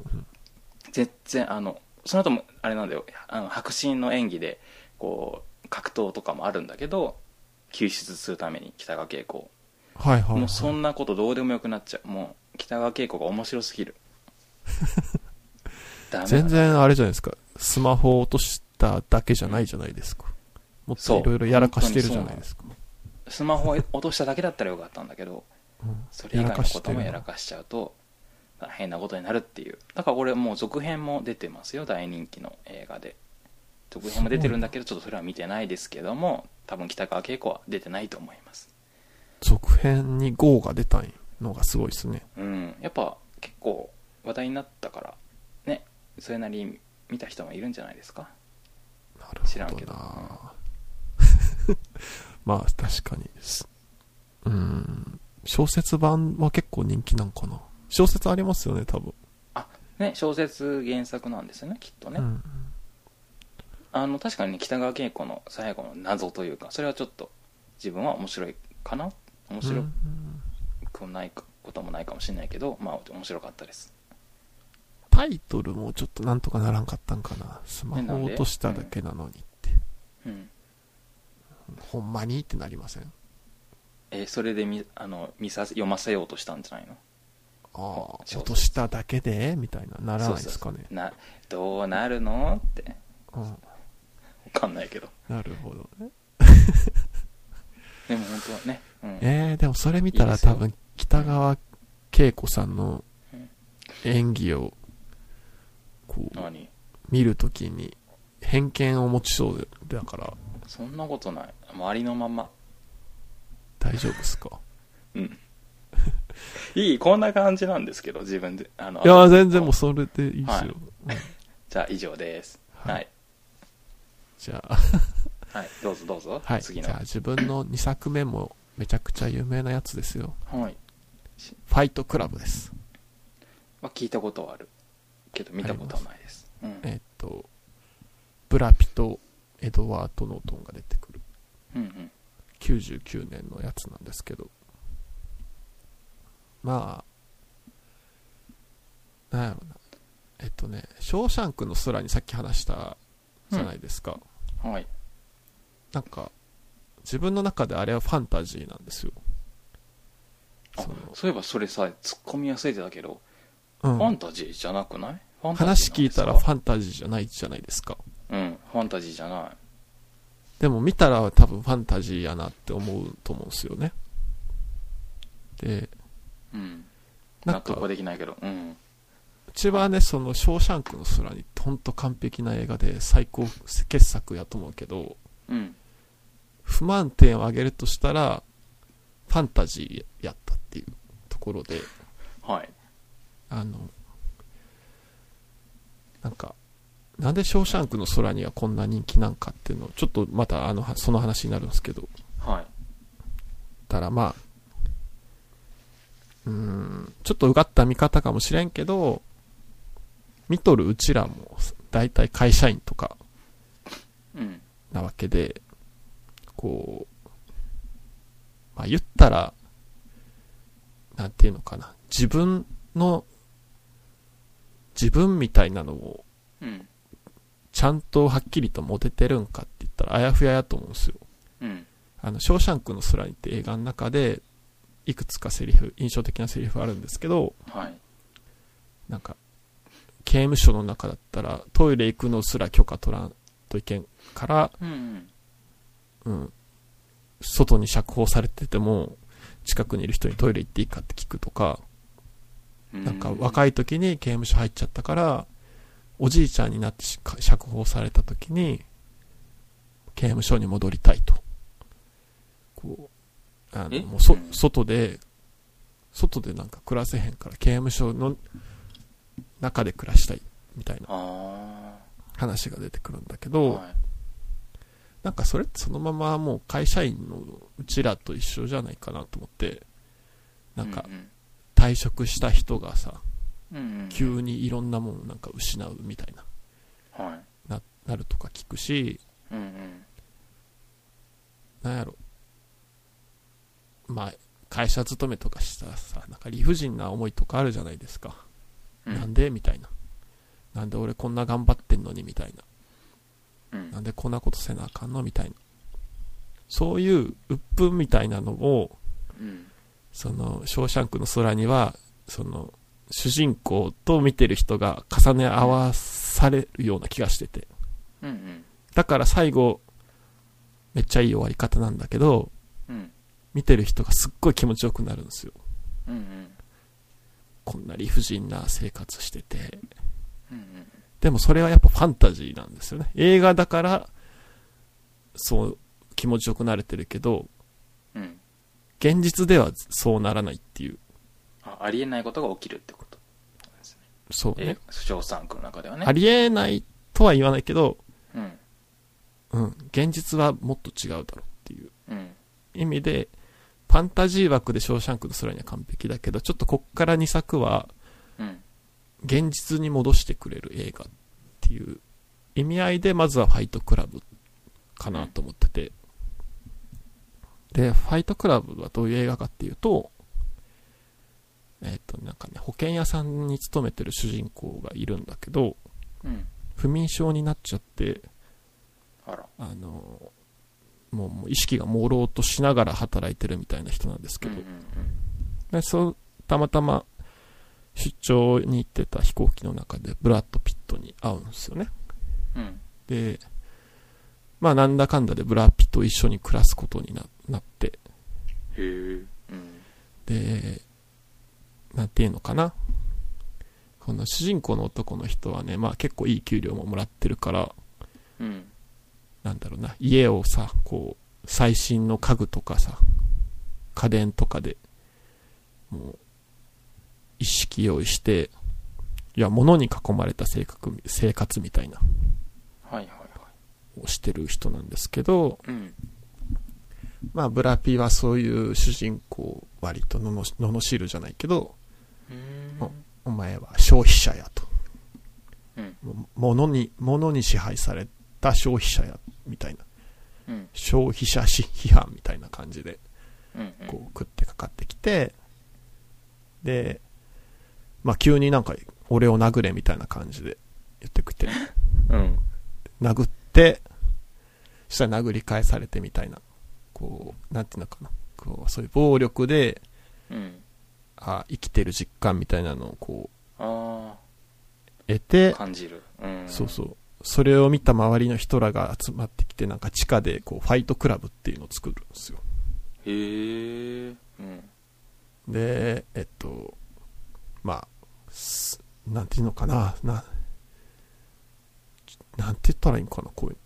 全然あのその後もあれなんだよあの白真の演技でこう格闘とかもあるんだけど救出するために北川景子うんはいはい、はい。もうそんなことどうでもよくなっちゃうもう北川景子が面白す ぎるダメだ全然あれじゃないですか。スマホを落としただけじゃないじゃないですか。もっそうといろいろやらかしてるじゃないですか。スマホを落としただけだったらよかったんだけどうんそれ以外のこともやらしかしちゃうと大変なことになるっていうだからこれもう続編も出てますよ大人気の映画で続編も出てるんだけどちょっとそれは見てないですけども多分北川景子は出てないと思いますてる続編に GO が出たのがすごいですね。うんやっぱ結構話題になったからねそれなりに見た人もいるんじゃないですかな知らるんほけどどな まあ確かにです。うん。小説版は結構人気なんかな。小説ありますよね、多分。あね小説原作なんですよねきっとね、うん。あの確かにね北川景子の最後の謎というかそれはちょっと自分は面白いかな面白くないかこともないかもしれないけど、まあ面白かったですタイトルもちょっとなんとかならんかったんかな。スマホ落としただけなのにって。うんほんまにってなりませんえそれでみあの見させ読ませようとしたんじゃないのあそあ、うそう落としただけでみたいな。ならないですかね。などうなるのってうん。分かんないけどなるほどね。でも本当はね、うん、えー、でもそれ見いたいでらすよ多分北川景子さんのうん演技を、こう、何見るときに偏見を持ちそうで、だからそんなことない周りのまま大丈夫ですかうん。いい、こんな感じなんですけど、自分で。あの、いや、全然もうそれでいいですよ。うんじゃあ以上です。はいはい。じゃあ、 はい、どうぞどうぞ。はい。次じの。ゃあ自分の2作目もめちゃくちゃ有名なやつですよ。はい。ファイトクラブです。まあ、聞いたことはある。けど見たことはないです。うん。えっと、ブラピとエドワード・ノートンが出てくるうんうん。 99年のやつなんですけど、まあ、なんやろな。えっとね、ショーシャンクの空にさっき話したじゃないですか。はい。なんか、自分の中であれはファンタジーなんですよ。あそのそういえばそれさ、突っ込みやすいてたけど、うんファンタジーじゃなくないファンタジーなんです話か聞いたらファンタジーじゃないじゃないですか。うん、ファンタジーじゃない。でも見たら多分ファンタジーやなって思うと思うんですよね。で、うん。な納んか得は、できないけど、うん。うちはね、その、ショーシャンクの空に、ほんと完璧な映画で最高傑作やと思うけど、うん。不満点を上げるとしたら、ファンタジーやったっていうところで、はい。あの、なんか、なんでショーシャンクの空にはこんな人気なんかっていうのを、ちょっとまたあの、その話になるんですけど、はい。たらまあ、うーん、ちょっとうがった見方かもしれんけど、見とるうちらも、だいたい会社員とかうん。なわけで、こう、まあ言ったら、なんていうのかな、自分の、自分みたいなのを、うん。ちゃんとはっきりと持ててるんかって言ったら、あやふややと思うんですよ。うん。あの、ショーシャンクの空にって映画の中で、いくつかセリフ、印象的なセリフあるんですけど、はい。なんか、刑務所の中だったら、トイレ行くのすら許可取らんといけんから、うんうん。うん、外に釈放されてても、近くにいる人にトイレ行っていいかって聞くとか、うん。なんか若い時に刑務所入っちゃったから、おじいちゃんになってし釈放された時に、刑務所に戻りたいと。こう、あの、えもうそうん、外で、外でなんか暮らせへんから、刑務所の中で暮らしたい、みたいなあ話が出てくるんだけあ。ど、はい。なんかそれってそのままもう会社員のうちらと一緒じゃないかなと思って、なんかううん退職した人がさ、うんうん、急にいろんなものなんか失うみたいな。はななるとか聞くし、い、うんうん、なんやろ。まあ、会社勤めとかしたらさ、なんか理不尽な思いとかあるじゃないですか。うんなんでみたいな。なんで俺こんな頑張ってんのにみたいな。うんなんでこんなことせなあかんのみたいな。そういう鬱憤みたいなのを、うんその、ショーシャンクの空には、その、主人公と見てる人が重ね合わされるような気がしてて。うんうんだから最後、めっちゃいい終わり方なんだけど、うん見てる人がすっごい気持ちよくなるんですよ。うんうんこんな理不尽な生活してて。うんでもそれはやっぱファンタジーなんですよね。映画だから、そう、気持ちよくなれてるけど、うんうん現実ではそうならないっていう。あありえないことが起きるってことですねそうえね。ショーサンクの中ではねありえないとは言わないけど、うんうん、現実はもっと違うだろうっていううん意味で、ファンタジー枠でショーシャンクの空には完璧だけど、ちょっとこっから2作はうん現実に戻してくれる映画っていう意味合いで、まずはファイトクラブかなと思ってて。で、ファイトクラブはどういう映画かっていうと、えっ、と、なんかね、保険屋さんに勤めてる主人公がいるんだけど、うん不眠症になっちゃって、あらあの、もうもう意識が朦朧としながら働いてるみたいな人なんですけうんど、うんでそうたまたま出張に行ってた飛行機の中でブラッド・ピットに会うんですよね。うんうんで、まあなんだかんだでブラッド・ピットと一緒に暮らすことにななって、へえうんで、なんていうのかな。この主人公の男の人はね、まあ結構いい給料ももらってるから、うんなんだろうな、家をさ、こう、最新の家具とかさ、家電とかで、もう、一式用意して、いや、物に囲まれた性格、生活みたいな、はいはいはいをしてる人なんですけど、うんまあ、ブラピはそういう主人公を割とののし、ののしるじゃないけど、うあんお前は消費者やと。うんも物に、物に支配された消費者や、みたいな。うん消費者し批判みたいな感じで、うんうんこう、食ってかかってきて、で、まあ、急になんか、俺を殴れみたいな感じで言ってくて、うん 殴って、そしたら殴り返されてみたいな、こう、なんていうのかな、こう、そういう暴力で、うんあ生きてる実感みたいなのをこあう、得あて、感じるうんそうそう。それを見た周りの人らが集まってきて、なんか地下で、こう、ファイトクラブっていうのを作るんですよ。へえうんで、えっと、まあ、すなんていうのかな、な、なんて言ったらいいんかな、こういう。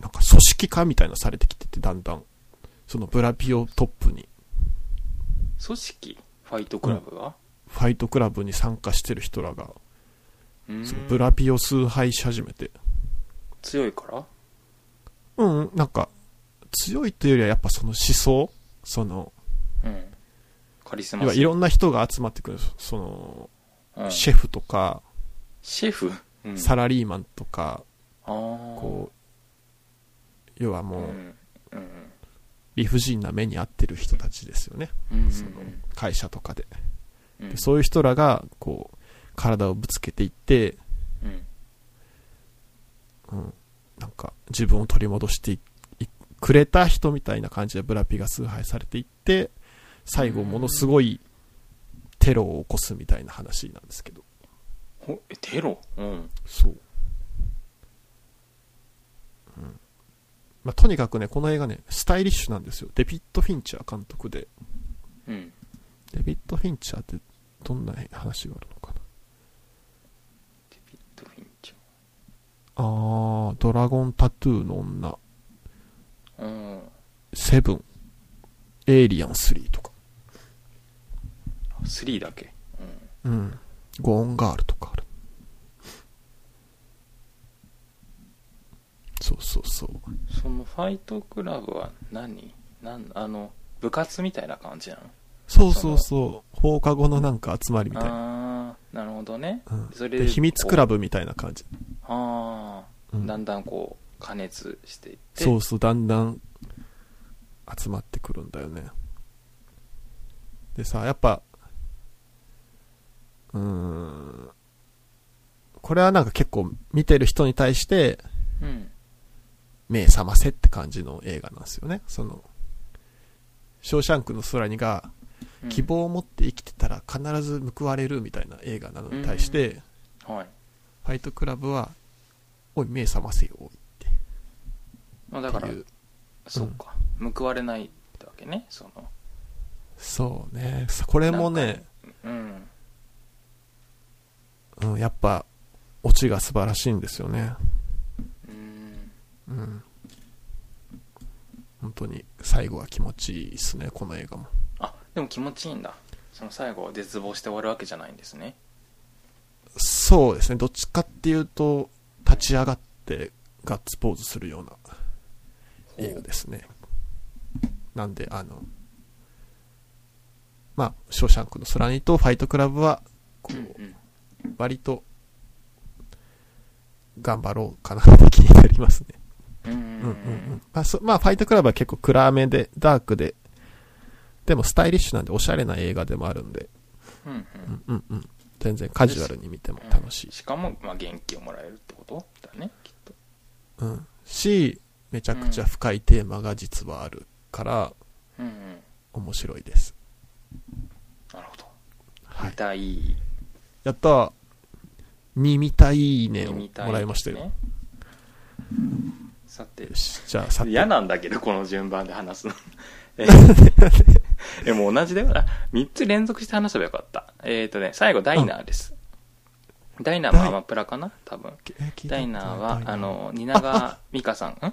なんか組織化みたいなのされてきてて、だんだん。そのブラピをトップに、組織ファイトクラブがファイトクラブに参加してる人らが、うんそのブラピを崇拝し始めて、強いからうんうん、なんか、強いというよりはやっぱその思想その、うんカリス要マはいろんな人が集まってくる、その、うんシェフとか、シェフうんサラリーマンとか、あーこう、要はうもう、んうん理不尽な目に遭ってる人たちですよね。うんうんその、会社とかで。うんでそういう人らが、こう、体をぶつけていって、うんうん、なんか、自分を取り戻していいくれた人みたいな感じでブラピが崇拝されていって、最後ものすごい、テロを起こすみたいな話なんですけど。ほえテロうんそう。うん。まあ、とにかくね、この映画ね、スタイリッシュなんですよ。デビッド・フィンチャー監督で。うんデビッド・フィンチャーってどんな話があるのかな。デビッド・フィンチあー、ドラゴン・タトゥーの女、ャーうんセブン、エイリアン3とか、あ3だけうんうん。ゴーン・ガールとかある。そうそうそう。そのファイトクラブは何なんあの部活みたいな感じなのそうそうそう。放課後のなんか集まりみたいな。ああなるほどねうん、それで秘密クラブブみたいな感じ。ああ、うんだんだんこう加熱していってそうそう、だんだん集まってくるんだよね。でさ、やっぱ、うーん、これはなんか結構見てる人に対してうん目覚ませって感じの映画なんですよね。その、ショーシャンクの空にがうん希望を持って生きてたら必ず報われるみたいな映画なのに対して、はい、ファイトクラブは、おい、目覚ませよ、おいってまあ、だからいう。そうか、報われないだけねそのそうね。さこれもなんねか、うんうん、やっぱ、オチが素晴らしいんですよね。うんうん。本当に、最後は気持ちいいですね、この映画も。あでも気持ちいいんだその最後絶望して終わるわけじゃないんですねそうですね、どっちかっていうと、立ち上がってガッツポーズするような映画ですね。なんで、あの、まあ、ショーシャンクの空にとファイトクラブは、こうんうう、ん割と、頑張ろうかなって気になりますね。うんうんううんうんうんんまあそまあ、ファイトクラブは結構暗めで、ダークで、でもスタイリッシュなんでおしゃれな映画でもあるんで、うんうんうんうんうん。全然カジュアルに見ても楽しい。しかも、まあ、元気をもらえるってことだねきっとうん。し、めちゃくちゃ深いテーマが実はあるからうんうん面白いです。なるほどはい見。たいやったーに見たいねを見もたいらいましたよ。ねさてよし、じゃあさて、嫌なんだけどこの順番で話す のえ えもう同じだよな3つ連続して話せばよかったえっ、とね最後ダイナーです、ダイナーもアマプラかな多分え聞いたダイナーはダイナあの蜷川美香さんん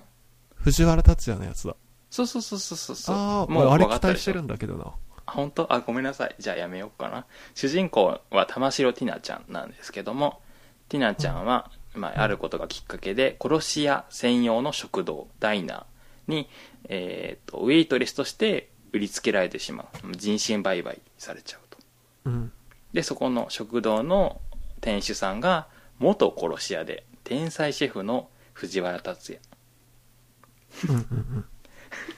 藤原達也のやつだ。そうそうそうそうそうそうああ、もう俺あれ分かっ期たで待ししょてるんだけどな。あ本当あごめんなさいじゃあやめようかな主人公は玉城ティナちゃんなんですけどもティナちゃんは、まあ、あることがきっかけで殺し屋専用の食堂ダイナーに、えーとウェイトレスとして売りつけられてしまう人身売買されちゃうとうん。でそこの食堂の店主さんが元殺し屋で天才シェフの藤原達也うんうんはいうん。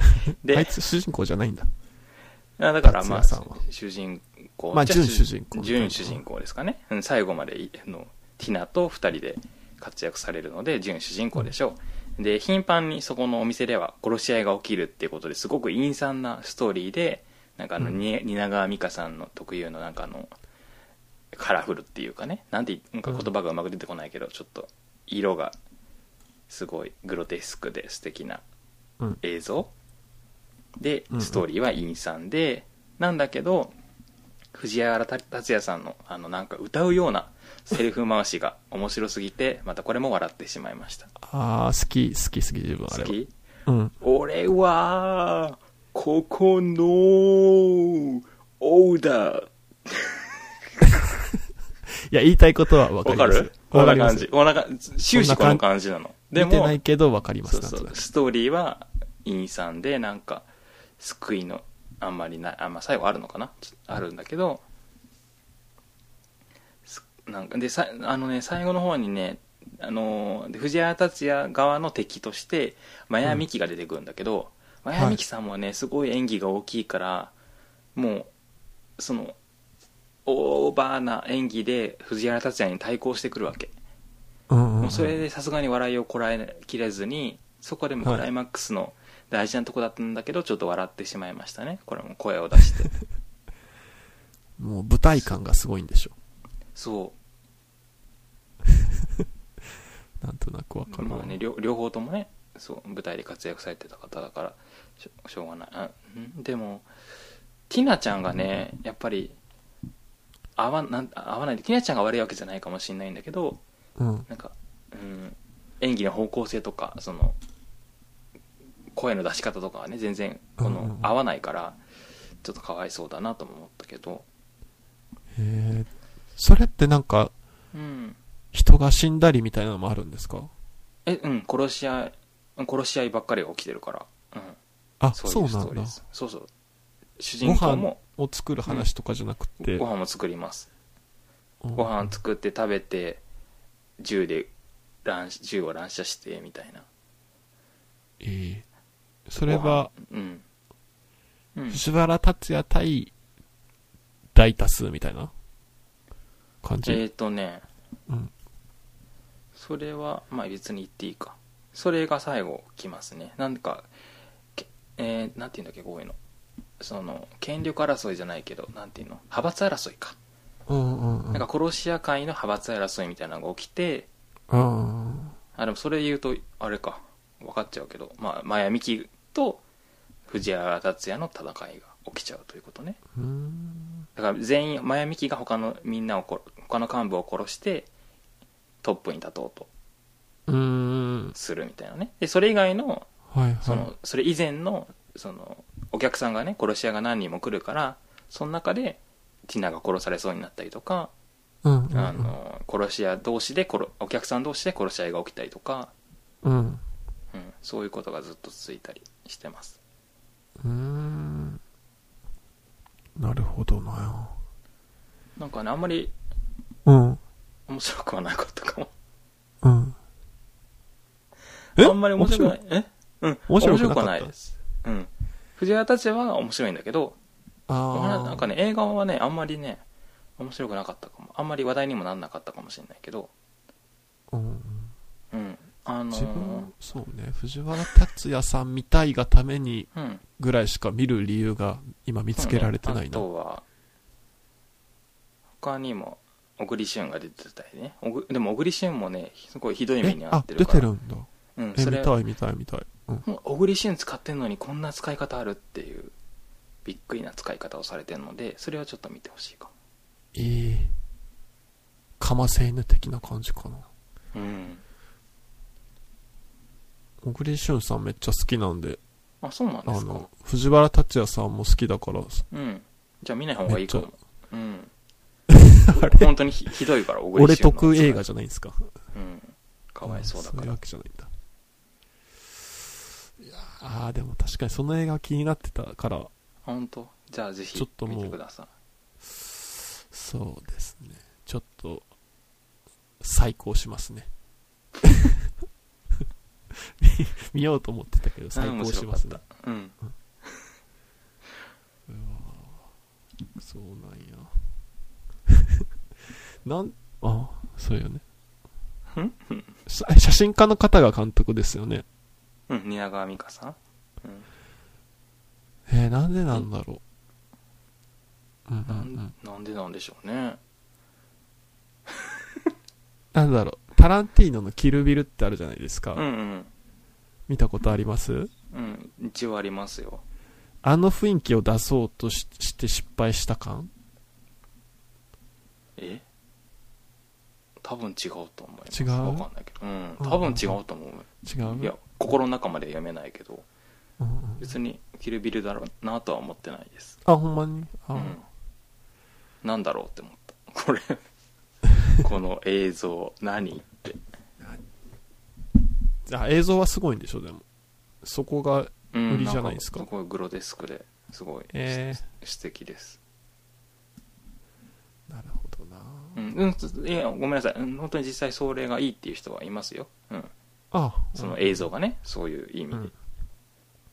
あ でいつ主人公じゃないんだ。あだから、まあ達也さんは、主人公、まあじゃ準主人公準主人公ですかね。うん、最後までい、あの、ティナと二人で活躍されるので、準主人公でしょう。で、頻繁にそこのお店では殺し合いが起きるっていうことですごく陰惨なストーリーで、なんかあの、うんに蜷川美香さんの特有のなんかあの、カラフルっていうかね、なんて言い、なんか言葉がうまく出てこないけど、ちょっと色がすごいグロテスクで素敵なうん。映像でうんうんストーリーは陰惨で、なんだけど藤原達也さんのあのなんか歌うようなセリフ回しが面白すぎてまたこれも笑ってしまいましたああ、好き、好き、好き、自分あれ好は。きうん。俺はここのオーダーいや、言いたいことはわかわりかますよる。こんなま感すじよ。こんな感じ終始この感じなので見てなもいけどわかりまそす。うそなんうとなくストーリーは陰惨でなんか救いのあんまりないあ、まあ、最後あるのかなちょっとあるんだけどすなんかでさあのね最後の方にねあのーで藤原竜也側の敵としてマヤミキが出てくるんだけど、マヤミキさんもねすごい演技が大きいからもうそのオーバーな演技で藤原竜也に対抗してくるわけうんうんうもんうそれでさすがに笑いをこらえきれずにそこでもクライマックスの大事なとこだったんだけどちょっと笑ってしまいましたねこれも声を出して もう舞台感がすごいんでしょ。そなんとなくわかうるまわあ。ね両両方ともねそう舞台で活躍されてた方だからしょしょうがないあんでもティナちゃんがねやっぱり合わなん合わないティナちゃんが悪いわけじゃないかもしれないんだけどうん。なんか、うん、演技の方向性とかその声の出し方とかはね全然こうんうんうのん合わないからちょっとかわいそうだなとも思ったけど、へえ。それってなんか、うん、人が死んだりみたいなのもあるんですかえうん殺し合いうん殺し合いばっかりが起きてるから、うん、あ、そそういううストなーリんーだで。すそうそう主ご人公飯もを作る話とかじゃなくて。ご飯を作りますうんご飯作って食べて銃で乱射銃を乱射してみたいなええそれは、ご飯うん、うん、藤原達也対大多数みたいな感じ、えっ、ー、とねうん。それはまあ別に言っていいかそれが最後来ますねなんかけえー、なんていうんだっけこういうのその権力争いじゃないけどなんていうの派閥争いか、うんうんうん。なんか殺し屋会の派閥争いみたいなのが起きてうんうんあでもそれ言うとあれか分かっちゃうけどまあマヤミキと藤原竜也の戦いが起きちゃうということねうん。うーん。だから全員マヤミキが他のみんなを殺他の幹部を殺してトップに立とうとうーん。するみたいなねでそれ以外のはいそはのそれ以前のそのお客さんがね殺し屋が何人も来るからその中でティナが殺されそうになったりとか、い。うんうんうん。あの殺し屋同士で殺お客さん同士で殺し合いが起きたりとか、うん。うん、そういうことがずっと続いたりしてますうーん。なるほどな。なんかねあんまりうん。面白くはなかったかもうん。あんまり面白くないえうん面白くなかったくはないですうん藤原たちは面白いんだけど、お話ああ。なんかね、映画はね、あんまりね、面白くなかったかも。あんまり話題にもなんなかったかもしれないけど、うん、うん。あのー自分、そうね、藤原竜也さん見たいがためにうん。ぐらいしか見る理由が今見つけられてないな。あとは、他にも、小栗旬が出てたりね。小栗でも小栗旬もね、すごいひどい目えに、遭あっ、てる出から。てるんだ。うん、え、そ見れ、たい見たい見たい。うん。もう小栗旬使ってんのにこんな使い方あるっていう、びっくりな使い方をされてるので、それはちょっと見てほしいかも。えー、かませ犬的な感じかな。うん。小栗旬さんめっちゃ好きなんで、あ、そうなんあですかの。、藤原竜也さんも好きだから、うん。じゃあ見ない方がいいかめもっ。うん。 あれ本当にひひどいから、小栗俺旬の得映画じゃないんですか。うん。かわいそうだかあそういうらわ。けじゃないんだ。いやーでも確かにその映画気になってたから、本当じゃあぜひちょっともう見てください。そうですね。ちょっと、再考しま すね。見見ようと思ってたけど、再考しますね。うん。うわーそうなんや。 なん、あ、そうよね。んさ写真家の方が監督ですよね。うん、蜷川美香さん。うん。えーなんでなんだろう。うんうなんんうん。なんでなんでしょうね。なんだろう。タランティーノのキルビルってあるじゃないですか。うんうん。見たことありますうん、一応ありますよ。あの雰囲気を出そうとしして失敗した感え多分違うと思います。違うわかんないけど。うん、多分違うと思う。違ういや、心の中まで読めないけど、うんうん別にキルビルだろうなとは思ってないです。あ、ほんまにあ、うん。なんだろうって思った。 これ、この映像、何って。あ映像はすごいんでしょ、でも。そこが、うん売りじゃないですかんすごいグロデスクですごい、え素敵です、ー、なるほどな。うんうん、いやごめんなさいうん本当に実際それがいいっていう人はいますよ、うん、あ、そのうん映像がねそういう意味で、うん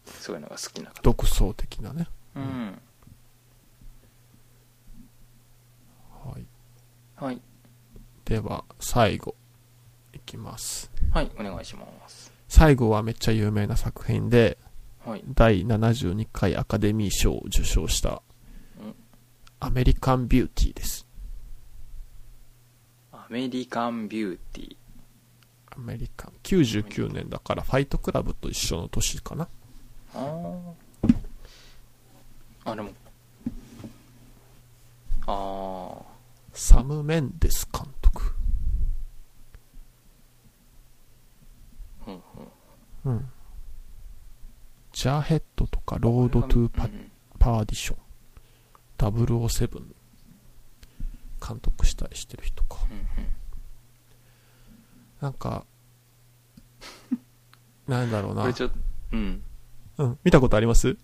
そういうのが好きな方、独創的なね。うんはい。はいでは、最後、いきます。はいお願いします最後はめっちゃ有名な作品で、はい第72回アカデミー賞を受賞したうん、アメリカンビューティーです。アメリカンビューティーアメリカン。99年だから、ファイトクラブと一緒の年かな。あーあでもあサム・メンデス監督。あうんうん。ジャーヘッドとか、ロード・トゥパ・うんパーディション。007。監督したりしてる人か。うんうんなんか、なんだろうこれなち。ょっとうんうん。見たことあります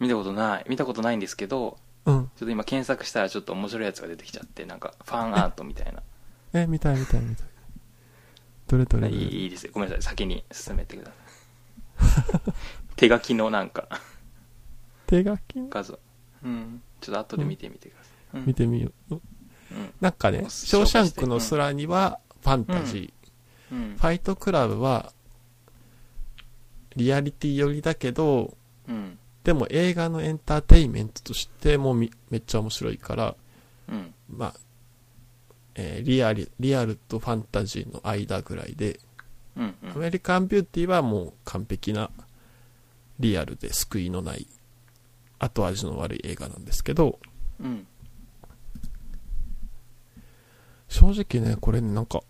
見たことない見たことないんですけどうん。ちょっと今検索したらちょっと面白いやつが出てきちゃって、なんかファンアートみたいな。え、見たい見たい見たい。どれどれいどれいいいですよ。ごめんなさい。先に進めてください。手書きのなんか手書き画像。うん。ちょっと後で見てみてください。うん見てみよう。うん。なんかね、ショーシャンクの空にはファンタジー。うんフ。ァイトクラブは、リアリティ寄りだけど、うん。でも映画のエンターテインメントとしてもみめっちゃ面白いから、うん。まあ、えーリアル、リアルとファンタジーの間ぐらいで、うん。アメリカンビューティーはもう完璧なリアルで救いのない後味の悪い映画なんですけど、うん。正直ね、これね、なんか、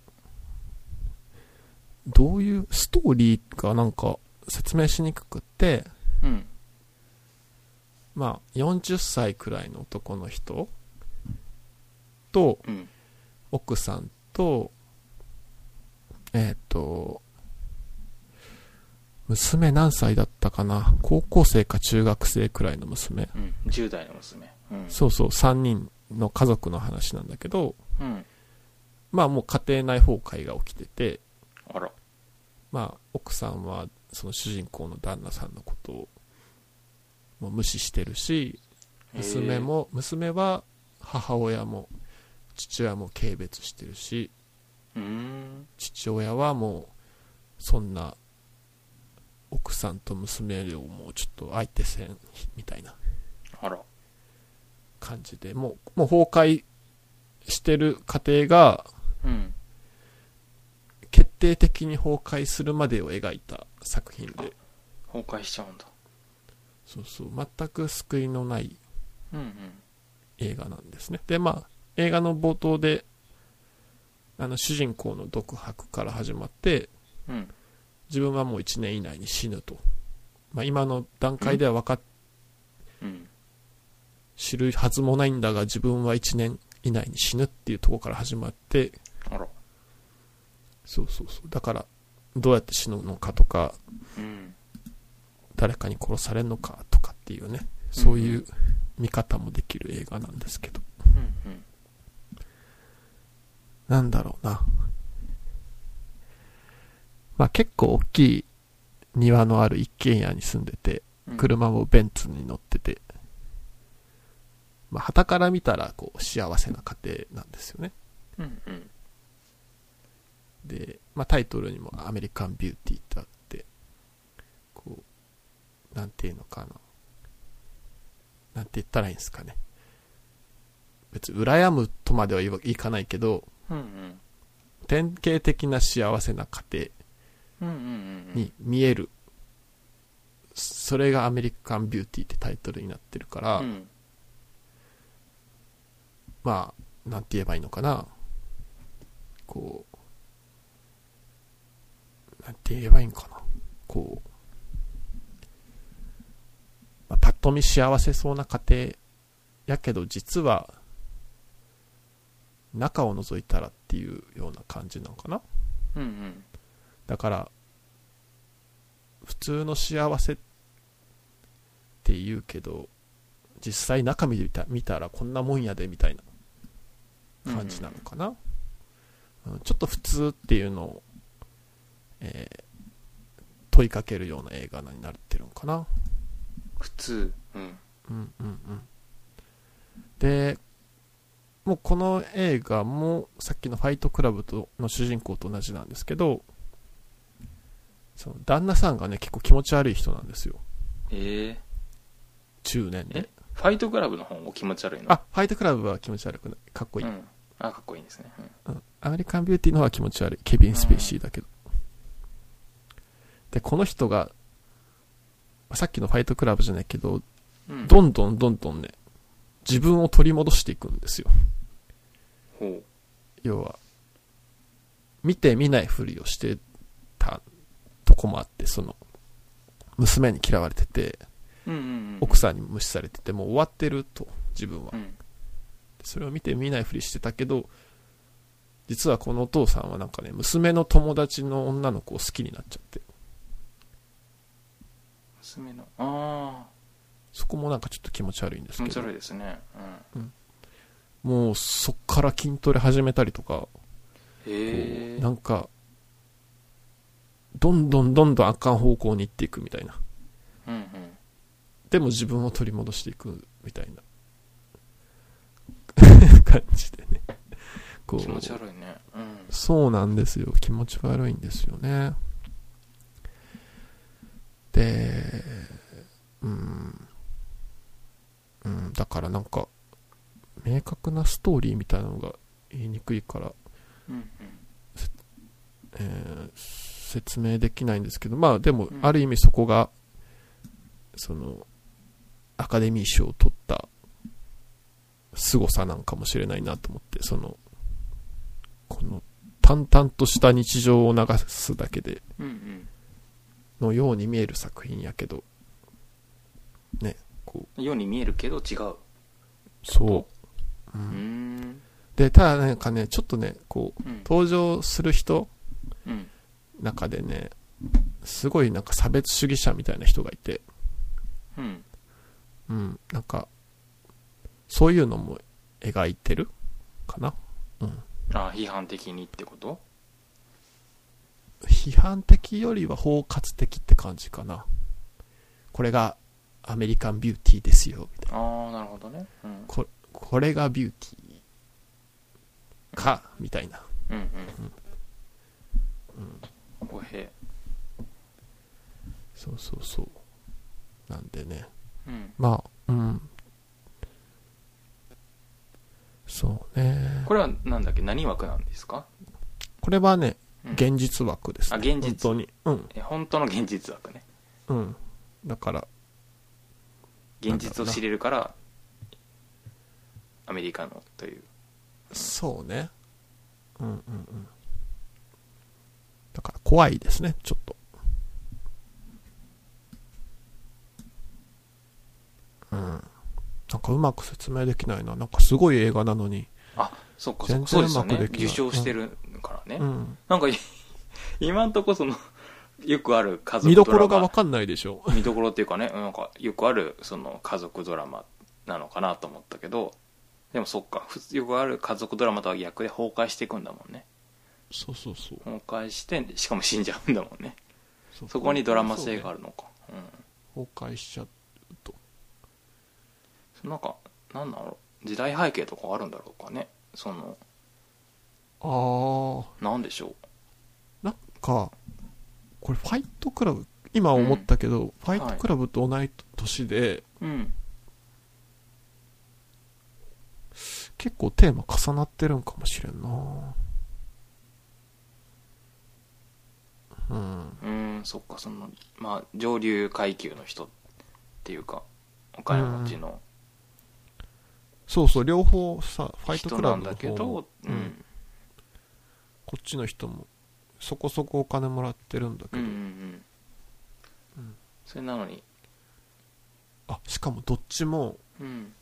どういうストーリーがなんか説明しにくくって、うん。まあ、40歳くらいの男の人と、うん。奥さんと、えっ、と、娘何歳だったかな高校生か中学生くらいの娘。うん。10代の娘。うん。そうそう、3人の家族の話なんだけど、うん。まあもう家庭内崩壊が起きてて、あら。まあ奥さんはその主人公の旦那さんのことをも無視してるし娘も娘は母親も父親も軽蔑してるしへーうーん父親はもうそんな奥さんと娘をもうちょっと相手せんみたいなあら感じでもうもう崩壊してる家庭がうん決定的に崩壊するまでを描いた作品で崩壊しちゃうんだそうそう全く救いのないうんうん映画なんですねでまあ映画の冒頭であの主人公の独白から始まってうん自分はもう1年以内に死ぬと、まあ、今の段階では分かっうん知るはずもないんだが自分は1年以内に死ぬっていうところから始まってあらそうそうそうだからどうやって死ぬのかとかうん誰かに殺されるのかとかっていうねそういう見方もできる映画なんですけどうんうんなんだろうな。まあ結構大きい庭のある一軒家に住んでて、うん車もベンツに乗ってて、まあ旗から見たらこう幸せな家庭なんですよね。うんうんで、まあタイトルにもアメリカンビューティーってあって、こう、なんていうのかな。なんて言ったらいいんですかね。別に羨むとまでは言わいかないけど、うんうん典型的な幸せな家庭うんうんうんに見える、それが「アメリカン・ビューティー」ってタイトルになってるから、うんまあなんて言えばいいのかなこうなんて言えばいいんかなこう、まあ、パッと見幸せそうな家庭やけど実は中を覗いたらっていうような感じなのかなうんうんだから普通の幸せって言うけど実際中見てみた見たらこんなもんやでみたいな感じなのかな、うんちょっと普通っていうのを、えー問いかけるような映画になってるのかな普通うんうんうんうんでもうこの映画もさっきの「ファイトクラブと」の主人公と同じなんですけどその旦那さんがね結構気持ち悪い人なんですよええ中年でえファイトクラブの方お気持ち悪いのあファイトクラブは気持ち悪くないかっこいい、うんあかっこいいですねうんうんアメリカンビューティーの方は気持ち悪いケビン・スペイシーだけど、でこの人がさっきの「ファイトクラブ」じゃないけどうんどんどんどんどんね自分を取り戻していくんですよほ要は、見て見ないふりをしてたとこもあって、その、娘に嫌われてて、ううんうんうん奥さんに無視されてて、もう終わってると、自分はう。んそれを見て見ないふりしてたけど、実はこのお父さんはなんかね、娘の友達の女の子を好きになっちゃって、娘のあそこもなんかちょっと気持ち悪いんであす気け持ちど悪、いですねうんもうそっから筋トレ始めたりとか、へえなんか、どんどんどんどんあかん方向に行っていくみたいな。うんうんでも自分を取り戻していくみたいな 感じでね。こ気持ち悪いねうんそうなんですよ。気持ち悪いんですよね。で、うん。うん、だからなんか、明確なストーリーみたいなのが言いにくいから、うんえー説明できないんですけど、まあでもう、んある意味そこが、その、アカデミー賞を取った凄さなんかもしれないなと思って、その、この、淡々とした日常を流すだけで、うんうんのように見える作品やけど、ね、こうんように見えるけど違うう、そう。ううーん、んで、ただなんかね、ちょっとね、こう、うん登場する人うん中でね、すごいなんか差別主義者みたいな人がいて、うんうん、なんか、そういうのも描いてるかな。うん。ああ批判的にってこと批判的よりは包括的って感じかな。これがアメリカンビューティーですよ、みたいな。ああなるほどねうんここれがビューティーか、みたいな。うんうん語弊そうそうそう。なんでね。うんまあ、うん。そうね。これはなんだっけ何枠なんですかこれはね、うん現実枠です、ねあ現実本当に。うん、え本当の現実枠ねうん。だから、現実を知れるからアメリカのというそうね。うんうんうん。だから怖いですね、ちょっと。うん。なんかうまく説明できないな。なんかすごい映画なのに。あそっかそっ全か然そうですようまくねできない受賞してるからね、うん。なんかい今んとこそのよくある家族見どころドがラマわかんないでしょ。見どころっていうかねなんかよくあるその家族ドラマなのかなと思ったけどでもそっか普通よくある家族ドラマとは逆で崩壊していくんだもんねそうそうそう。崩壊してしかも死んじゃうんだもん ねそうそこにドラマ性があるのかう,、崩壊しちゃうと。んなんかなんだろう時代背景とかあるんだろうかねそのあなんでしょあ、なんか、これファイトクラブ、今思ったけど、ファイトクラブと同い年で、ううん結構テーマ重なってるんかもしれんなうん。うーんそっかそのまあ上流階級の人っていうかお金持ちのそうそう、両方さ、ファイト人クなラんブのだけ方ども、ううんんこっちの人も、そこそこお金もらってるんだけうんど、うんうんうんそれなのにあ、しかもどっちもうん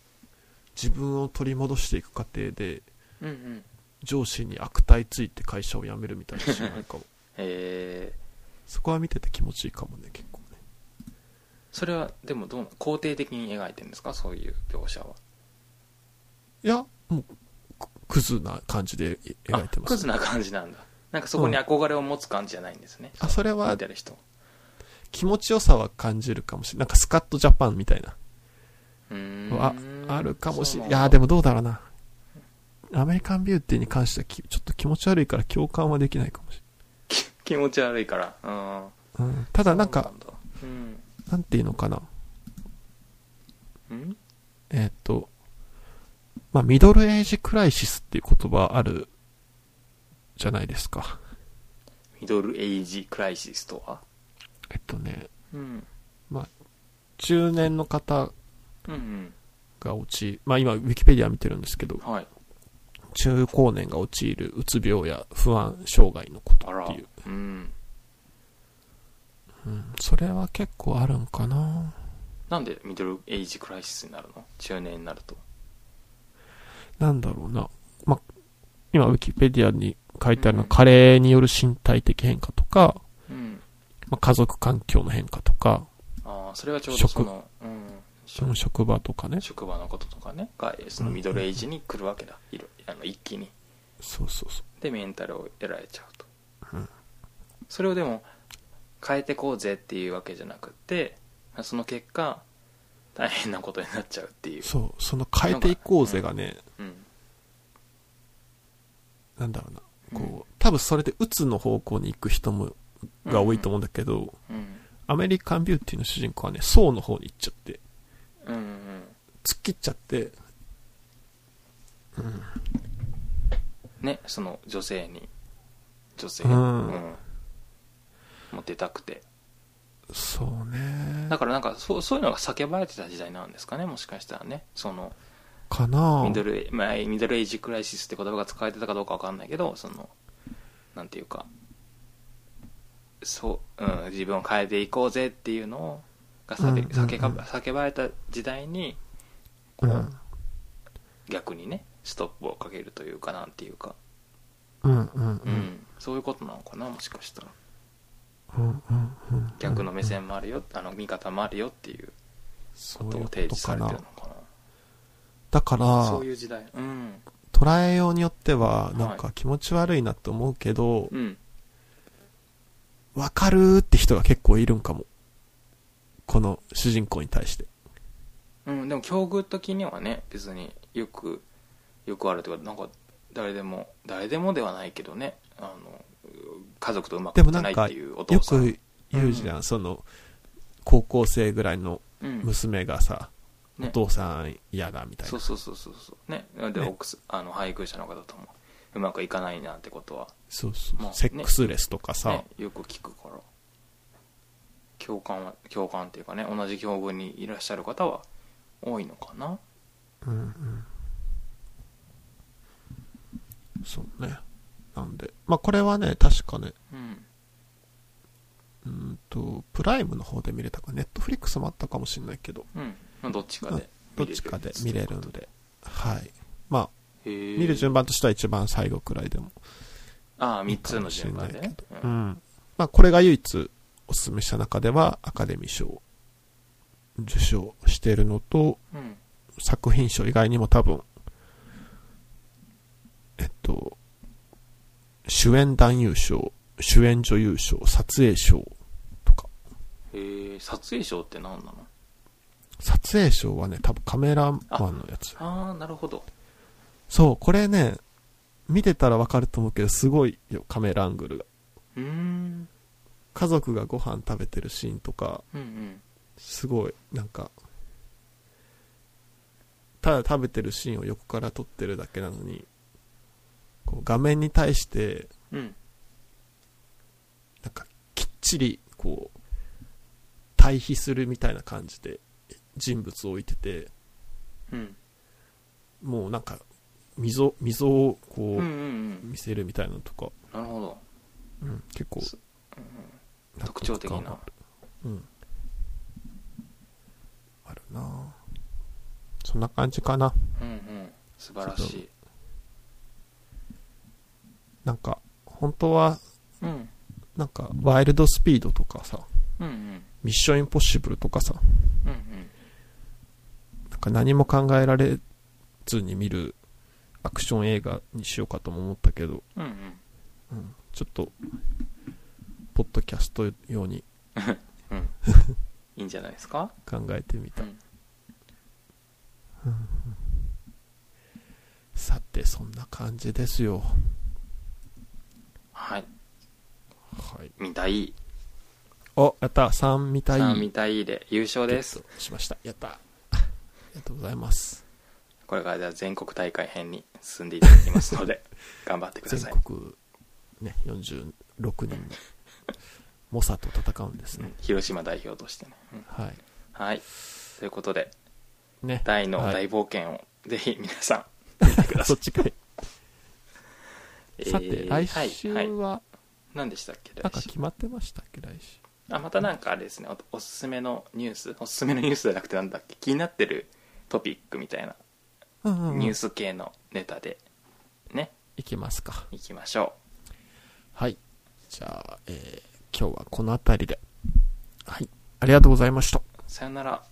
自分を取り戻していく過程で、うんうん上司に悪態ついて会社を辞めるみたいなしな いかも。えー、そこは見てて気持ちいいかもね、結構ね。それはでもどうな肯定的に描いてるんですかそういう描写はいや、もう、くクズな感じでえ描いてあまクす、ズな感じなんだなんかそこに憧れを持つ感じじゃないんですね、あ、それは見てる人気持ちよさは感じるかもしれない。なんかスカットジャパンみたいな。うーあん、あるかもしれない。いそうんや、だでもどうだろうな。アメリカンビューティーに関してはきちょっと気持ち悪いから共感はできないかもし気持ち悪いからうんれない。うん。ただなんか、そうなんだなんていうのかな。うんうんえーっと、まあ、ミドルエイジクライシスっていう言葉あるじゃないですか。ミドルエイジクライシスとはえっとね、うん中年の方うんが陥まあ今、ウィキペディア見てるんですけどうん、はい中高年が陥るうつ病や不安障害のことあらっていう。うんうん、それは結構あるんかな。なんでミドルエイジクライシスになるの中年になるとなんだろうな。ま、今、ウィキペディアに書いてあるのは、加齢による身体的変化とか、うんま、家族環境の変化とか、ああそれはちょうどそのうんその職場とかね。職場のこととかねがそのミドルエイジに来るわけだいろあの一気にそうそうそでメンタルを得られちゃうと、うんそれをでも変えてこうぜっていうわけじゃなくてその結果大変なことになっちゃうっていうう。、そう、その変えていこうぜがね、うん、なんだろうな。うんこう、多分それでうつの方向に行く人も、が多いと思うんだけど、うんアメリカンビューティーの主人公はね、層の方に行っちゃって、うんうん突っ切っちゃって、ねその女性に女性、うんモテたくてそうね。だからなんかそうそういうのが叫ばれてた時代なんですかねもしかしたらねそのかなミドルエイ、まあ、ミドルエイジクライシスって言葉が使われてたかどうかわかんないけど、その、なんていうか、そう、うん、自分を変えていこうぜっていうのを、がさうんうんうん叫ば叫ばれた時代に、こう。うん逆にね、ストップをかけるというか、なんていうか、うんうんう、うんん。そういうことなのかな、もしかしたら。うんうんうん。逆の目線もあるよ、あの、見方もあるよっていうそこうというをこ提と示さかれてるなの。かな。だから、そういう時代。うん。捉えようによっては、いなんか気持ち悪いなって思うけどう、ん。わかるーって人が結構いるんかも。この主人公に対して。うん、でも境遇的にはね別によくよくあるというかなんか誰でも誰でもではないけどねあの家族とうまくでいっもてなないっんか、ていうおよ父さんく言うじゃん、その、高校生ぐらいのうん娘がさ、おね、父さん嫌だみたいそなう。そうそうそうそうねで、ね奥すあの配偶者の方ともうまくいかないなってことは、そうそうまあねセックスレスとかさ、ね、よく聞くから共感は共感っていうかね同じ境遇にいらっしゃる方は多いのかなうんうん。そうね。なんで、まあこれはね、確かね、うんうーんと、プライムの方で見れたか、ネットフリックスもあったかもしれないけど、うんまあどっちかでどっちかで見れるので、はい。まあ、見見る順番としては一番最後くらいでもああいい3かつものしれ順な番いでけねど、ううんん。まあこれが唯一おすすめした中ではアカデミー賞を受賞してるのと、うん作品賞以外にも多分、えっと、主演男優賞、主演女優賞、撮影賞とか、へえ撮影賞って何なの撮影賞はね、多分カメラマンのやつ。ああなるほどそう、これね、見てたらわかると思うけど、すごいよ、カメラアングルが。うーん家族がご飯食べてるシーンとか、うんうんすごい、なんか、ただ食べてるシーンを横から撮ってるだけなのに、こう画面に対して、うんなんかきっちりこう対比するみたいな感じで人物を置いててうんもうなんか溝溝をうこんうんううん見せるみたいなのとか、なるほどうん、結構そうん納特徴得的感なあるうん、あるなぁそんな感じかなうんうん素晴らしいなんか本当はうんなんかワイルドスピードとかさうんうんミッションインポッシブルとかさうんうんなんか何も考えられずに見るアクション映画にしようかとも思ったけど、うんうんうんちょっと、ポッドキャスト用にいいんじゃないですか考えてみた。うんさて、そんな感じですよ。はいはい。見たいお、やった、3みたい。さあ見たいで優勝ですゲットしました。やった。ありがとうございます。これからじゃあ全国大会編に進んでいただきますの で頑張ってくだ全さい国、ね、46人の猛者と戦うんですうねん。広島代表としてねうんはい。はいということでね。大のは大い冒険をぜひ皆さん見てくださ そいっちかい。えーさて、来週はいはい、は、何でしたっけなん来か週決まってましたっけ、来週。あまたなんかあれですねおおすすめのニュースおすすめのニュースじゃなくてなんだっけ 気になってるトピックみたいなうんうんうんニュース系のネタでねいきますか。いきましょはい。じゃあ、えー今日はこの辺りで。はい。ありがとうございました。うさよなら